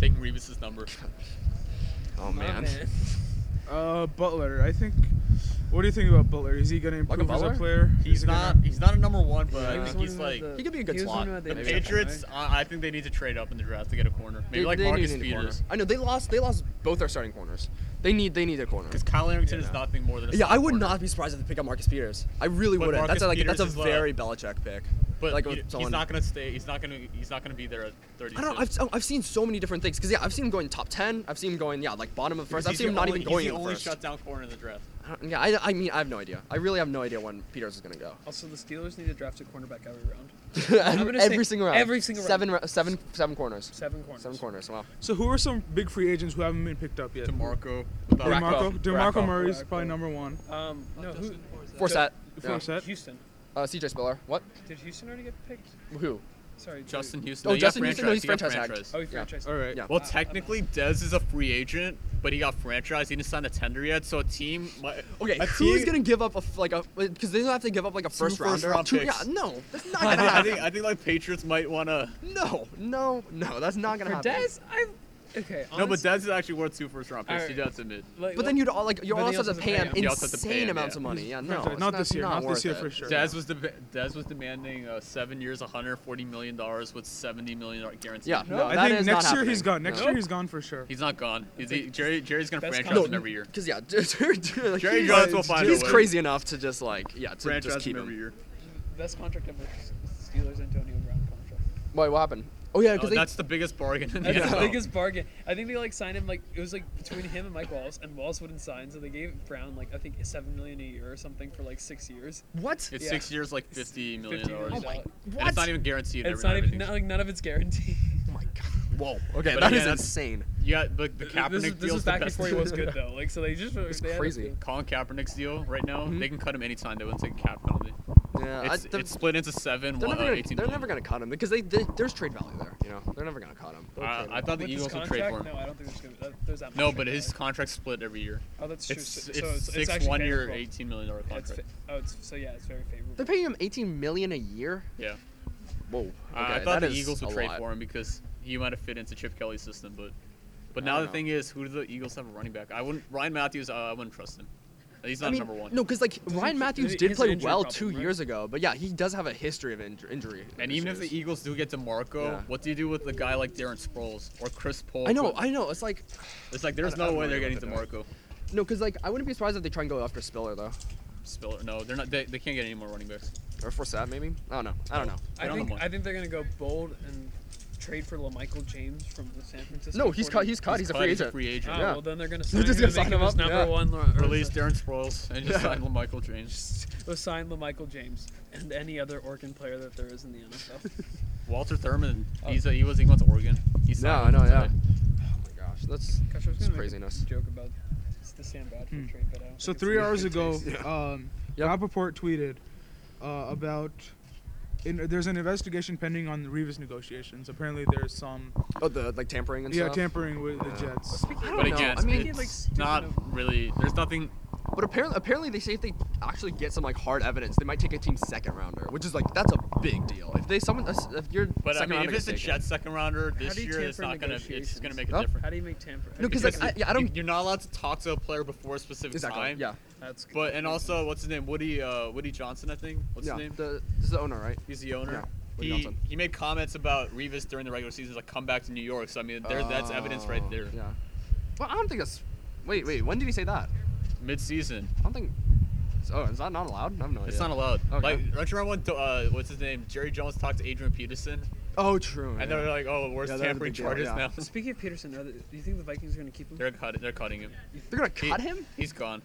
[SPEAKER 4] taking Revis's number.
[SPEAKER 1] Oh
[SPEAKER 2] My
[SPEAKER 1] man.
[SPEAKER 2] man.
[SPEAKER 3] Uh, Butler, I think. What do you think about Butler? Is he going to
[SPEAKER 1] Malcolm
[SPEAKER 3] improve as a
[SPEAKER 1] Butler?
[SPEAKER 3] player? Is
[SPEAKER 4] He's
[SPEAKER 3] he gonna-
[SPEAKER 4] not he's not a number one, but
[SPEAKER 2] He
[SPEAKER 4] I
[SPEAKER 2] was
[SPEAKER 4] think he's
[SPEAKER 2] one
[SPEAKER 4] like
[SPEAKER 2] of
[SPEAKER 4] the,
[SPEAKER 1] He could be a good
[SPEAKER 2] was one
[SPEAKER 1] slot.
[SPEAKER 2] of
[SPEAKER 1] The
[SPEAKER 2] Maybe second,
[SPEAKER 4] Patriots.
[SPEAKER 2] right?
[SPEAKER 4] I I think they need to trade up in the draft to get a corner. Maybe like
[SPEAKER 1] need-
[SPEAKER 4] Marcus
[SPEAKER 1] need a
[SPEAKER 4] Peters.
[SPEAKER 1] corner. I know they lost. They lost both their starting corners. They need. They need a corner.
[SPEAKER 4] Because Kyle Arrington is nothing more than a
[SPEAKER 1] Yeah, I
[SPEAKER 4] slot
[SPEAKER 1] would
[SPEAKER 4] corner.
[SPEAKER 1] not be surprised if they pick up Marcus Peters. I really
[SPEAKER 4] But
[SPEAKER 1] wouldn't. that's
[SPEAKER 4] Marcus
[SPEAKER 1] a, like that's a
[SPEAKER 4] Peters is, uh,
[SPEAKER 1] very Belichick pick.
[SPEAKER 4] But
[SPEAKER 1] like
[SPEAKER 4] he-
[SPEAKER 1] with
[SPEAKER 4] he's
[SPEAKER 1] someone-
[SPEAKER 4] not gonna stay. He's not gonna. He's not gonna be there at 30.
[SPEAKER 1] I don't. I've, oh, I've seen so many different things because yeah, I've seen him going top ten. I've seen him going yeah, like bottom of the first. I've seen him not even going
[SPEAKER 4] He's
[SPEAKER 1] in
[SPEAKER 4] the
[SPEAKER 1] the
[SPEAKER 4] only
[SPEAKER 1] first.
[SPEAKER 4] shutdown corner in the draft.
[SPEAKER 1] I don't- yeah, I, I mean I have no idea. I really have no idea when Peters is gonna go.
[SPEAKER 2] Also, the Steelers need to draft a cornerback every round.
[SPEAKER 1] every
[SPEAKER 2] gonna say
[SPEAKER 1] every single round.
[SPEAKER 2] every single
[SPEAKER 1] seven round. seven seven corners.
[SPEAKER 2] Seven corners.
[SPEAKER 1] Seven corners. Wow.
[SPEAKER 3] So who are some big free agents who haven't been picked up yet?
[SPEAKER 4] Demarco.
[SPEAKER 3] DeMarco,
[SPEAKER 1] Racco.
[SPEAKER 3] DeMarco
[SPEAKER 1] Racco.
[SPEAKER 3] Murray's
[SPEAKER 2] Racco.
[SPEAKER 3] probably number one.
[SPEAKER 2] Um, no, who?
[SPEAKER 1] Forsett. Yeah.
[SPEAKER 3] Forsett.
[SPEAKER 2] Houston.
[SPEAKER 1] Uh, CJ Spiller. What?
[SPEAKER 2] Did Houston already get picked?
[SPEAKER 1] Who?
[SPEAKER 2] Sorry, did-
[SPEAKER 4] Justin Houston.
[SPEAKER 1] Oh,
[SPEAKER 4] No, you got
[SPEAKER 1] Justin Houston? No, he's
[SPEAKER 4] you got
[SPEAKER 1] franchise tag.
[SPEAKER 2] Oh, he
[SPEAKER 1] Yeah.
[SPEAKER 2] franchised.
[SPEAKER 3] All right.
[SPEAKER 1] Yeah.
[SPEAKER 4] Well, technically, Dez is a free agent, but he got franchised. He didn't sign a tender yet, so a team. Might,
[SPEAKER 1] Okay,
[SPEAKER 4] a
[SPEAKER 1] who's
[SPEAKER 4] team-
[SPEAKER 1] gonna give up a f- like a because they don't have to give up like a first,
[SPEAKER 4] first
[SPEAKER 1] rounder.
[SPEAKER 4] round
[SPEAKER 1] Two-
[SPEAKER 4] picks.
[SPEAKER 1] Yeah, no, that's not gonna
[SPEAKER 4] I think, I
[SPEAKER 1] happen.
[SPEAKER 4] think I think like Patriots might want to.
[SPEAKER 1] No, no, no, that's not gonna
[SPEAKER 2] For
[SPEAKER 1] happen.
[SPEAKER 2] Dez, I. Okay.
[SPEAKER 4] No, but
[SPEAKER 2] honestly,
[SPEAKER 4] Dez is actually worth two first round picks. He
[SPEAKER 2] Alright.
[SPEAKER 4] does admit.
[SPEAKER 2] like,
[SPEAKER 1] But then you'd all like you
[SPEAKER 2] But
[SPEAKER 1] also
[SPEAKER 2] they
[SPEAKER 1] have to
[SPEAKER 2] also
[SPEAKER 1] pay him
[SPEAKER 4] You also have to pay
[SPEAKER 1] insane
[SPEAKER 4] him,
[SPEAKER 1] amounts
[SPEAKER 4] yeah.
[SPEAKER 1] of money. Yeah, no,
[SPEAKER 3] Franchise.
[SPEAKER 1] it's
[SPEAKER 3] Not this year, not this
[SPEAKER 1] worth
[SPEAKER 3] year
[SPEAKER 1] it.
[SPEAKER 3] for sure.
[SPEAKER 4] Dez was de- Dez was demanding uh, seven years, 140 million dollars with 70 million dollar guarantee.
[SPEAKER 1] Yeah, no,
[SPEAKER 3] I
[SPEAKER 1] that
[SPEAKER 3] think
[SPEAKER 1] is
[SPEAKER 3] next
[SPEAKER 1] not
[SPEAKER 3] year he's
[SPEAKER 1] happening.
[SPEAKER 3] gone. Next
[SPEAKER 1] No.
[SPEAKER 3] year he's gone for sure.
[SPEAKER 4] he's not gone. He's, he, Jerry Jerry's gonna
[SPEAKER 2] Best
[SPEAKER 4] franchise
[SPEAKER 2] con-
[SPEAKER 4] him every year.
[SPEAKER 1] Cause yeah, Jerry, like,
[SPEAKER 4] Jerry
[SPEAKER 1] he's-
[SPEAKER 4] Jones will find a
[SPEAKER 1] He's
[SPEAKER 4] way.
[SPEAKER 1] crazy enough to just like yeah to
[SPEAKER 4] Franchise
[SPEAKER 1] just keep
[SPEAKER 4] him
[SPEAKER 1] him.
[SPEAKER 4] every year.
[SPEAKER 2] Best contract ever. Steelers Antonio Brown contract.
[SPEAKER 1] Wait, what happened? Oh yeah,
[SPEAKER 4] Oh,
[SPEAKER 1] because
[SPEAKER 4] that's the biggest bargain in the
[SPEAKER 2] That's the
[SPEAKER 4] NFL.
[SPEAKER 2] biggest bargain. I think they like signed him like it was like between him and Mike Wallace, and Wallace wouldn't sign, so they gave Brown like I think seven million a year or something for like six years.
[SPEAKER 1] they what?
[SPEAKER 4] It's
[SPEAKER 2] Yeah.
[SPEAKER 4] six years, like 50 million dollars.
[SPEAKER 2] million. Oh my-
[SPEAKER 4] And it's
[SPEAKER 1] What?
[SPEAKER 4] not even guaranteed.
[SPEAKER 2] And it's not even not, like none of it's guaranteed.
[SPEAKER 1] Oh my god. Whoa. Okay,
[SPEAKER 4] But
[SPEAKER 1] that
[SPEAKER 4] again,
[SPEAKER 1] is
[SPEAKER 4] that's-
[SPEAKER 1] insane.
[SPEAKER 4] Yeah, but the Kaepernick
[SPEAKER 2] this is, this
[SPEAKER 4] deal's
[SPEAKER 2] is
[SPEAKER 4] the
[SPEAKER 2] back
[SPEAKER 4] best.
[SPEAKER 2] before he was good though. Like so they just
[SPEAKER 1] It's
[SPEAKER 2] they had a
[SPEAKER 1] crazy.
[SPEAKER 2] deal.
[SPEAKER 4] Colin Kaepernick's deal right now, they can cut him anytime. They wouldn't take a cap penalty.
[SPEAKER 1] Yeah, I-
[SPEAKER 4] It's,
[SPEAKER 1] they're,
[SPEAKER 4] it's split into seven.
[SPEAKER 1] they're
[SPEAKER 4] one,
[SPEAKER 1] never
[SPEAKER 4] uh,
[SPEAKER 1] gonna,
[SPEAKER 4] 18
[SPEAKER 1] they're
[SPEAKER 4] million.
[SPEAKER 1] never gonna cut him because they, they there's trade value there. You know, they're never gonna cut him. They'll
[SPEAKER 4] Uh,
[SPEAKER 1] trade
[SPEAKER 4] I
[SPEAKER 1] him.
[SPEAKER 4] thought the
[SPEAKER 2] With this
[SPEAKER 4] Eagles would
[SPEAKER 2] contract?
[SPEAKER 4] trade for him.
[SPEAKER 2] No, I don't think there's gonna. That, there's that much
[SPEAKER 4] No,
[SPEAKER 2] trade
[SPEAKER 4] but his
[SPEAKER 2] value.
[SPEAKER 4] contract's split every year.
[SPEAKER 2] Oh, that's true.
[SPEAKER 4] It's,
[SPEAKER 2] so,
[SPEAKER 4] it's
[SPEAKER 2] so it's,
[SPEAKER 4] six
[SPEAKER 2] actually
[SPEAKER 4] one year,
[SPEAKER 2] favorable.
[SPEAKER 4] eighteen million dollar
[SPEAKER 2] It's
[SPEAKER 4] contract.
[SPEAKER 2] fa- oh, it's, so yeah, it's very favorable.
[SPEAKER 1] They're paying him 18 million a year.
[SPEAKER 4] yeah,
[SPEAKER 1] Whoa.
[SPEAKER 4] I- I
[SPEAKER 1] okay,
[SPEAKER 4] thought
[SPEAKER 1] that
[SPEAKER 4] the
[SPEAKER 1] is
[SPEAKER 4] Eagles would
[SPEAKER 1] a
[SPEAKER 4] trade
[SPEAKER 1] lot.
[SPEAKER 4] for him because he might have fit into Chip Kelly's system, but but
[SPEAKER 1] I
[SPEAKER 4] now
[SPEAKER 1] don't
[SPEAKER 4] the
[SPEAKER 1] know.
[SPEAKER 4] thing is, who do the Eagles have a running back? I wouldn't Ryan Matthews. Uh, I wouldn't trust him. He's
[SPEAKER 1] I
[SPEAKER 4] not
[SPEAKER 1] mean,
[SPEAKER 4] number one.
[SPEAKER 1] No, because like Ryan
[SPEAKER 2] he-
[SPEAKER 1] Matthews
[SPEAKER 2] he
[SPEAKER 1] did
[SPEAKER 2] has
[SPEAKER 1] play
[SPEAKER 2] an injury
[SPEAKER 1] well
[SPEAKER 2] problem,
[SPEAKER 1] two
[SPEAKER 2] right?
[SPEAKER 1] years ago, but yeah, he does have a history of inj- injury.
[SPEAKER 4] and even if
[SPEAKER 1] issues.
[SPEAKER 4] the Eagles do get to Marco,
[SPEAKER 1] Yeah.
[SPEAKER 4] what do you do with a guy like Darren Sproles or Chris Paul?
[SPEAKER 1] I know, I know. It's like
[SPEAKER 4] it's like there's
[SPEAKER 1] I- I
[SPEAKER 4] no
[SPEAKER 1] don't
[SPEAKER 4] way
[SPEAKER 1] really
[SPEAKER 4] they're
[SPEAKER 1] know
[SPEAKER 4] getting
[SPEAKER 1] what
[SPEAKER 4] to
[SPEAKER 1] they're
[SPEAKER 4] Marco.
[SPEAKER 1] no, because like I wouldn't be surprised if they try and go after Spiller though,
[SPEAKER 4] Spiller. No, they're not. They, they can't get any more running backs.
[SPEAKER 1] or Forsett maybe. I don't know. I don't know.
[SPEAKER 2] I
[SPEAKER 4] They're on the
[SPEAKER 2] think
[SPEAKER 4] market.
[SPEAKER 2] I think they're gonna go bold and trade for Lamichael James from the San Francisco.
[SPEAKER 1] No, he's cut.
[SPEAKER 2] 49ers.
[SPEAKER 1] He's cut. He's, a
[SPEAKER 4] cut,
[SPEAKER 1] free agent.
[SPEAKER 4] free agent.
[SPEAKER 2] Oh,
[SPEAKER 1] yeah.
[SPEAKER 2] well then they're gonna sign
[SPEAKER 1] just gonna
[SPEAKER 2] him, and make
[SPEAKER 1] sign
[SPEAKER 2] him
[SPEAKER 1] him
[SPEAKER 2] his
[SPEAKER 1] up,
[SPEAKER 2] number
[SPEAKER 1] yeah.
[SPEAKER 2] one. Or, or
[SPEAKER 4] Release
[SPEAKER 2] sign-
[SPEAKER 4] Darren Sproles and just sign Michael James.
[SPEAKER 2] or sign Lamichael James and any other Oregon player that there is in the NFL.
[SPEAKER 4] Walter Thurman. He's a, he was he went to Oregon. He's
[SPEAKER 1] No, I know. Yeah. Oh my gosh, that's
[SPEAKER 2] Gosh, I
[SPEAKER 1] It's
[SPEAKER 2] was gonna make
[SPEAKER 1] craziness.
[SPEAKER 2] a joke about it's the Sam Bradford
[SPEAKER 3] Hmm.
[SPEAKER 2] trade, but I don't
[SPEAKER 3] So
[SPEAKER 2] think it's
[SPEAKER 3] three
[SPEAKER 2] really
[SPEAKER 3] hours
[SPEAKER 2] good
[SPEAKER 3] ago,
[SPEAKER 2] taste.
[SPEAKER 3] um,
[SPEAKER 1] Yep.
[SPEAKER 3] Rappaport tweeted uh, about. In, there's an investigation pending on the Revis negotiations. Apparently, there's some
[SPEAKER 1] oh the like tampering and
[SPEAKER 3] yeah
[SPEAKER 1] stuff.
[SPEAKER 3] tampering with the Jets.
[SPEAKER 1] don't
[SPEAKER 4] But
[SPEAKER 1] know,
[SPEAKER 4] again,
[SPEAKER 1] I mean-
[SPEAKER 4] it's not really. There's nothing.
[SPEAKER 1] But apparently, apparently they say if they actually get some like hard evidence, they might take a team second rounder, which is like that's a big deal. If they someone if you're
[SPEAKER 4] But I
[SPEAKER 1] second
[SPEAKER 4] mean,
[SPEAKER 1] rounder
[SPEAKER 4] if it's a
[SPEAKER 1] gets taken.
[SPEAKER 4] Jets second rounder this
[SPEAKER 2] do you
[SPEAKER 4] year, it's
[SPEAKER 2] tamper
[SPEAKER 4] not gonna. It's just gonna make a
[SPEAKER 1] Huh?
[SPEAKER 4] difference.
[SPEAKER 2] How do you make Tampa?
[SPEAKER 1] No, 'cause, like, I- yeah, I
[SPEAKER 4] you-
[SPEAKER 1] don't-
[SPEAKER 4] You're not allowed to talk to a player before a specific
[SPEAKER 1] exactly
[SPEAKER 4] time.
[SPEAKER 1] yeah
[SPEAKER 2] that's good.
[SPEAKER 4] But and also, what's his name? Woody uh, Woody Johnson, I think. What's
[SPEAKER 1] yeah
[SPEAKER 4] his name?
[SPEAKER 1] the this is the owner right.
[SPEAKER 4] He's the owner.
[SPEAKER 1] Yeah, Woody
[SPEAKER 4] He,
[SPEAKER 1] Johnson.
[SPEAKER 4] he made comments about Revis during the regular season, like come back to New York. So I mean, there that's evidence right
[SPEAKER 1] Oh,
[SPEAKER 4] there.
[SPEAKER 1] Yeah. Well, I don't think that's. Wait, wait. When did he say that?
[SPEAKER 4] Mid season,
[SPEAKER 1] I don't think. Oh, is that not allowed? I have no idea.
[SPEAKER 4] it's not allowed.
[SPEAKER 1] Oh, Okay.
[SPEAKER 4] Like, don't you remember when uh, what's his name? Jerry Jones talked to Adrian Peterson,
[SPEAKER 1] Oh, true.
[SPEAKER 4] and
[SPEAKER 1] yeah.
[SPEAKER 4] they're like, oh, worst
[SPEAKER 1] Yeah, that was a
[SPEAKER 4] tampering
[SPEAKER 1] big deal,
[SPEAKER 4] charges
[SPEAKER 1] yeah.
[SPEAKER 4] now.
[SPEAKER 2] But speaking of Peterson, are they, do you think the Vikings are gonna keep him?
[SPEAKER 4] they're cutting. They're cutting him.
[SPEAKER 1] They're gonna
[SPEAKER 4] He-
[SPEAKER 1] cut him?
[SPEAKER 4] He's gone.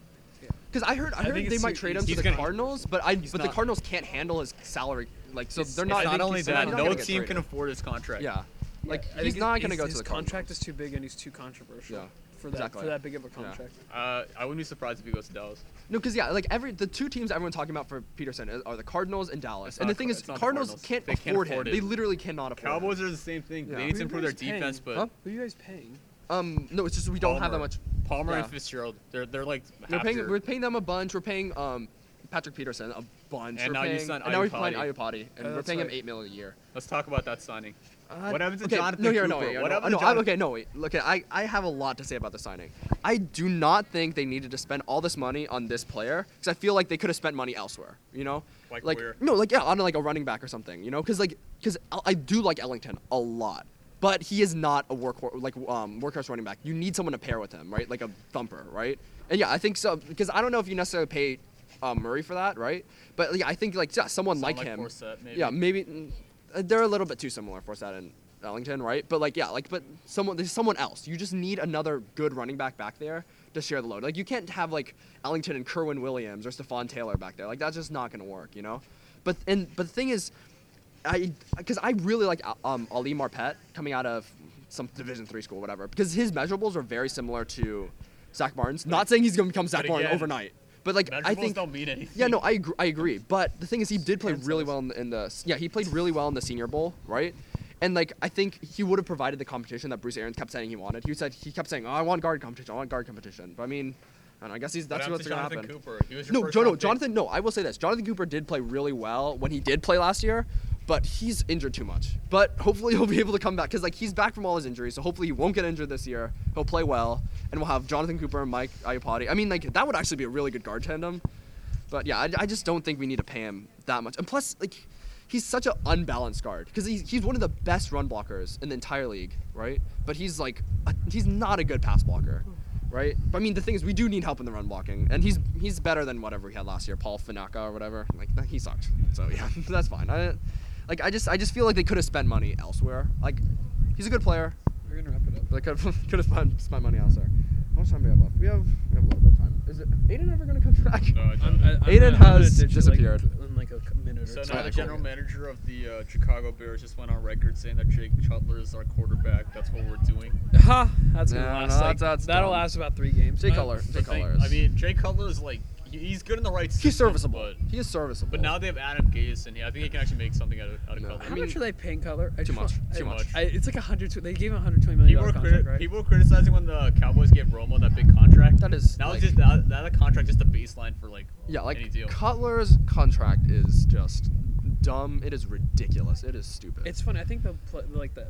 [SPEAKER 1] Because I heard I heard
[SPEAKER 2] think
[SPEAKER 1] they
[SPEAKER 2] it's
[SPEAKER 1] might
[SPEAKER 2] su-
[SPEAKER 1] trade him to
[SPEAKER 4] he's
[SPEAKER 1] the
[SPEAKER 4] gonna-
[SPEAKER 1] Cardinals, but I but the
[SPEAKER 4] not-
[SPEAKER 1] Cardinals can't handle his salary. Like, so they're
[SPEAKER 4] It's
[SPEAKER 1] not.
[SPEAKER 4] not only
[SPEAKER 1] he's not
[SPEAKER 4] that,
[SPEAKER 1] gonna
[SPEAKER 4] no
[SPEAKER 1] get
[SPEAKER 4] team can
[SPEAKER 1] traded.
[SPEAKER 4] afford his contract.
[SPEAKER 1] Yeah. Like
[SPEAKER 2] I
[SPEAKER 1] he's
[SPEAKER 2] think
[SPEAKER 1] not
[SPEAKER 2] his-
[SPEAKER 1] gonna go to
[SPEAKER 2] his
[SPEAKER 1] the
[SPEAKER 2] contract
[SPEAKER 1] Cardinals.
[SPEAKER 2] is too big and he's too controversial.
[SPEAKER 1] Yeah,
[SPEAKER 2] For that
[SPEAKER 1] exactly.
[SPEAKER 2] for that big of a
[SPEAKER 1] Yeah.
[SPEAKER 2] contract.
[SPEAKER 4] Uh, I wouldn't be surprised if he goes to Dallas.
[SPEAKER 1] No, because yeah, like every the two teams everyone's talking about for Peterson is- are the Cardinals and Dallas.
[SPEAKER 4] It's
[SPEAKER 1] And the
[SPEAKER 4] not
[SPEAKER 1] thing
[SPEAKER 4] Car-
[SPEAKER 1] is,
[SPEAKER 4] it's not the
[SPEAKER 1] Cardinals,
[SPEAKER 4] Cardinals.
[SPEAKER 1] can't
[SPEAKER 4] They can't
[SPEAKER 1] afford
[SPEAKER 4] afford
[SPEAKER 1] him.
[SPEAKER 4] it.
[SPEAKER 1] They literally cannot afford.
[SPEAKER 4] Cowboys
[SPEAKER 1] him.
[SPEAKER 4] are the same thing.
[SPEAKER 1] Yeah.
[SPEAKER 4] They
[SPEAKER 1] Who
[SPEAKER 4] need to
[SPEAKER 2] you
[SPEAKER 4] improve their
[SPEAKER 2] guys paying?
[SPEAKER 4] defense, but
[SPEAKER 1] Huh?
[SPEAKER 2] Who are you guys paying?
[SPEAKER 1] Um, no, it's just we don't have that
[SPEAKER 4] Palmer.
[SPEAKER 1] much.
[SPEAKER 4] Palmer
[SPEAKER 1] Yeah.
[SPEAKER 4] and Fitzgerald, they're they're like
[SPEAKER 1] We're
[SPEAKER 4] half
[SPEAKER 1] paying,
[SPEAKER 4] your-
[SPEAKER 1] we're paying them a bunch. We're paying um, Patrick Peterson a bunch.
[SPEAKER 4] And
[SPEAKER 1] we're
[SPEAKER 4] now you
[SPEAKER 1] paying,
[SPEAKER 4] signed
[SPEAKER 1] and now we're paying
[SPEAKER 4] Ayupati.
[SPEAKER 1] Ayupati, and
[SPEAKER 2] Oh,
[SPEAKER 1] we're
[SPEAKER 2] that's
[SPEAKER 1] paying him
[SPEAKER 2] right.
[SPEAKER 1] eight million a year.
[SPEAKER 4] Let's talk about that signing.
[SPEAKER 1] Uh,
[SPEAKER 4] What happened to
[SPEAKER 1] okay,
[SPEAKER 4] Jonathan
[SPEAKER 1] No, here, no,
[SPEAKER 4] Cooper?
[SPEAKER 1] wait,
[SPEAKER 4] What
[SPEAKER 1] no, Uh,
[SPEAKER 4] happened
[SPEAKER 1] no,
[SPEAKER 4] to
[SPEAKER 1] I,
[SPEAKER 4] Jonathan-
[SPEAKER 1] okay, no, wait. Look, I, I have a lot to say about the signing. I do not think they needed to spend all this money on this player because I feel like they could have spent money elsewhere. You know,
[SPEAKER 4] Like where?
[SPEAKER 1] no, like yeah, on like a running back or something. You know, because like because I, I do like Ellington a lot, but he is not a workhorse like um, workhorse running back. You need someone to pair with him, right? Like a thumper, right? And yeah, I think so because I don't know if you necessarily pay. Uh, Murray for that, right? But yeah, I think like yeah, someone
[SPEAKER 4] Someone
[SPEAKER 1] like,
[SPEAKER 4] like
[SPEAKER 1] him.
[SPEAKER 4] Forsett, maybe.
[SPEAKER 1] Yeah, maybe mm, uh, they're a little bit too similar for Sad and Ellington, right? But like, yeah, like, but someone, there's someone else. You just need another good running back back there to share the load. Like, you can't have like Ellington and Kerwin Williams or Stephon Taylor back there. Like, that's just not gonna work, you know. But and but the thing is, I because I really like uh, um, Ali Marpet coming out of some Division three school, whatever, because his measurables are very similar to Zach Martin's. Not saying he's gonna become Zach Martin
[SPEAKER 4] again,
[SPEAKER 1] overnight, but like I
[SPEAKER 4] Measurables
[SPEAKER 1] think
[SPEAKER 4] don't mean anything.
[SPEAKER 1] yeah, no, I agree, I agree. But the thing is, he did play
[SPEAKER 2] Hand
[SPEAKER 1] really
[SPEAKER 2] size.
[SPEAKER 1] well in the, in the yeah he played really well in the Senior Bowl, right? And like I think he would have provided the competition that Bruce Arians kept saying he wanted. He said he kept saying, "Oh, I want guard competition. I want guard competition." But I mean, I, don't know, I guess he's
[SPEAKER 4] What
[SPEAKER 1] that's
[SPEAKER 4] happened
[SPEAKER 1] what's
[SPEAKER 4] to
[SPEAKER 1] gonna
[SPEAKER 4] Jonathan
[SPEAKER 1] happen.
[SPEAKER 4] Cooper? He was your
[SPEAKER 1] No,
[SPEAKER 4] first
[SPEAKER 1] Jo- no,
[SPEAKER 4] round pick.
[SPEAKER 1] Jonathan. No, I will say this: Jonathan Cooper did play really well when he did play last year, but he's injured too much. But hopefully he'll be able to come back because like he's back from all his injuries, so hopefully he won't get injured this year. He'll play well, and we'll have Jonathan Cooper and Mike Iupati. I mean, like that would actually be a really good guard tandem. But yeah, I, I just don't think we need to pay him that much. And plus, like, he's such an unbalanced guard because he's, he's one of the best run blockers in the entire league, right? But he's like, a, he's not a good pass blocker, right? But I mean, the thing is, we do need help in the run blocking, and he's he's better than whatever we had last year, Paul Finaka or whatever. Like, he sucked. So yeah, that's fine. I, like, I just I just feel like they could have spent money elsewhere. Like, he's a good player.
[SPEAKER 2] We're gonna wrap it up.
[SPEAKER 1] They could have could have spent, spent money elsewhere. How much time do we have left? We have we have a little bit of time. Is it Aiden ever gonna come back?
[SPEAKER 4] No, I
[SPEAKER 2] I'm,
[SPEAKER 4] don't.
[SPEAKER 2] I, I'm
[SPEAKER 1] Aiden
[SPEAKER 2] gonna- I'm gonna
[SPEAKER 1] has
[SPEAKER 2] ditch it, like,
[SPEAKER 1] disappeared.
[SPEAKER 2] in like a minute or
[SPEAKER 4] So
[SPEAKER 2] two.
[SPEAKER 4] now
[SPEAKER 1] Okay,
[SPEAKER 4] the
[SPEAKER 1] cool.
[SPEAKER 4] general manager of the uh, Chicago Bears just went on record saying that Jake Cutler is our quarterback. That's what we're doing.
[SPEAKER 2] Ha! That's gonna
[SPEAKER 1] No,
[SPEAKER 2] last.
[SPEAKER 1] no,
[SPEAKER 2] like,
[SPEAKER 1] that's- that's
[SPEAKER 2] that'll
[SPEAKER 1] dumb.
[SPEAKER 2] last about three games.
[SPEAKER 1] Jay
[SPEAKER 2] Uh,
[SPEAKER 1] Cutler. Jay
[SPEAKER 4] But thank-
[SPEAKER 1] Cutler.
[SPEAKER 4] I mean, Jake Cutler is like he- he's good in the right.
[SPEAKER 1] He's
[SPEAKER 4] system,
[SPEAKER 1] serviceable.
[SPEAKER 4] But,
[SPEAKER 1] He is serviceable.
[SPEAKER 4] but now they have Adam Gase, and he, I think he can actually make something out of out of
[SPEAKER 1] No.
[SPEAKER 4] Cutler.
[SPEAKER 1] I
[SPEAKER 2] How
[SPEAKER 1] mean-
[SPEAKER 2] much are they paying Cutler? I
[SPEAKER 1] Mm. Too
[SPEAKER 2] just want-
[SPEAKER 1] much.
[SPEAKER 2] I-
[SPEAKER 1] Too much.
[SPEAKER 2] I, it's like a hundred. They gave him a hundred twenty million
[SPEAKER 4] People
[SPEAKER 2] dollar
[SPEAKER 4] were,
[SPEAKER 2] contract,
[SPEAKER 4] criti-
[SPEAKER 2] right?
[SPEAKER 4] people were criticizing when the Cowboys gave Romo that big contract.
[SPEAKER 1] That is,
[SPEAKER 4] now
[SPEAKER 1] like-
[SPEAKER 4] it's just that, that contract is the baseline for like
[SPEAKER 1] yeah,
[SPEAKER 4] any
[SPEAKER 1] like
[SPEAKER 4] deal.
[SPEAKER 1] Cutler's contract is just dumb. It is ridiculous. It is stupid.
[SPEAKER 2] It's funny. I think the pl- like the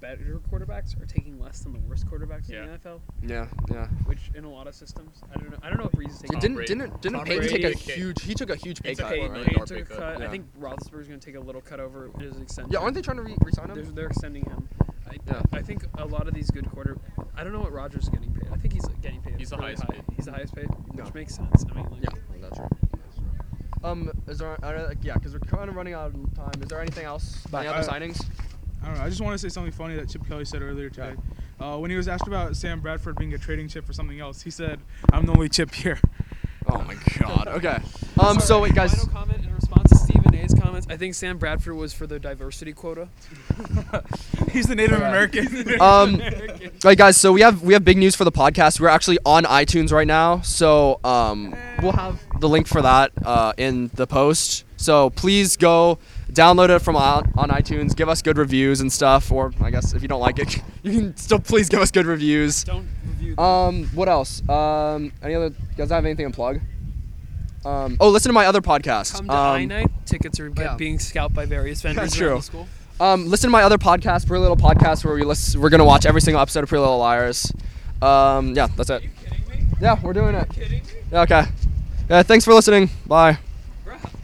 [SPEAKER 2] better quarterbacks are taking less than the worst quarterbacks
[SPEAKER 4] Yeah.
[SPEAKER 2] in the NFL,
[SPEAKER 1] Yeah, yeah.
[SPEAKER 2] which in a lot of systems, I don't know. I don't know if Breeze is taking.
[SPEAKER 4] Tom
[SPEAKER 1] didn't
[SPEAKER 4] Brady.
[SPEAKER 1] didn't didn't
[SPEAKER 4] Tom
[SPEAKER 1] Peyton
[SPEAKER 4] Brady
[SPEAKER 1] take a
[SPEAKER 4] took a-
[SPEAKER 1] huge? He took a huge pay
[SPEAKER 4] He took
[SPEAKER 1] cut.
[SPEAKER 4] a
[SPEAKER 1] right?
[SPEAKER 4] huge
[SPEAKER 2] Payton
[SPEAKER 4] Darby
[SPEAKER 2] took a
[SPEAKER 4] cut,
[SPEAKER 2] cut.
[SPEAKER 1] yeah.
[SPEAKER 2] I think Roethlisberger's going to take a little cut over his extension.
[SPEAKER 1] Yeah, aren't they trying to re- resign
[SPEAKER 2] They're,
[SPEAKER 1] him?
[SPEAKER 2] they're extending him. I,
[SPEAKER 1] Yeah.
[SPEAKER 2] I think a lot of these good quarter. I don't know what Rogers is getting paid. I think he's getting paid.
[SPEAKER 4] He's the
[SPEAKER 2] really
[SPEAKER 4] highest
[SPEAKER 2] high.
[SPEAKER 4] paid.
[SPEAKER 2] He's the highest paid, which
[SPEAKER 1] Yeah.
[SPEAKER 2] makes sense. I mean, like,
[SPEAKER 1] Yeah, that's right. Um, is there? Are, there, like, yeah, because we're kind of running out of time. Is there anything else? Any other
[SPEAKER 3] Uh,
[SPEAKER 1] signings?
[SPEAKER 3] I don't know. I just want to say something funny that Chip Kelly said earlier today. Uh, when he was asked about Sam Bradford being a trading chip for something else, he said, "I'm the only chip here."
[SPEAKER 1] Oh my God. Okay. Um. So wait, guys.
[SPEAKER 2] Final comment in response to Stephen A's comments. I think Sam Bradford was for the diversity quota.
[SPEAKER 3] He's the Native American.
[SPEAKER 1] Um. Right, guys. So we have we have big news for the podcast. We're actually on iTunes right now, so um, we'll have the link for that uh, in the post. So please go download it from on, on iTunes. Give us good reviews and stuff. Or I guess if you don't like it, you can still please give us good reviews.
[SPEAKER 2] Don't review.
[SPEAKER 1] Um, what else? Um, any other guys have anything to plug? Um, oh, listen to my other podcast.
[SPEAKER 2] Come to
[SPEAKER 1] um,
[SPEAKER 2] I night. Tickets are get-
[SPEAKER 1] yeah.
[SPEAKER 2] being scalped by various vendors
[SPEAKER 1] That's
[SPEAKER 2] around
[SPEAKER 1] true.
[SPEAKER 2] the school.
[SPEAKER 1] um, listen to my other podcast, Pretty Little Podcast, where we list, we're gonna watch every single episode of Pretty Little Liars. Um, yeah, that's it.
[SPEAKER 2] Kidding me?
[SPEAKER 1] Yeah, we're doing it.
[SPEAKER 2] Kidding me?
[SPEAKER 1] Yeah, Okay. Yeah, thanks for listening. Bye.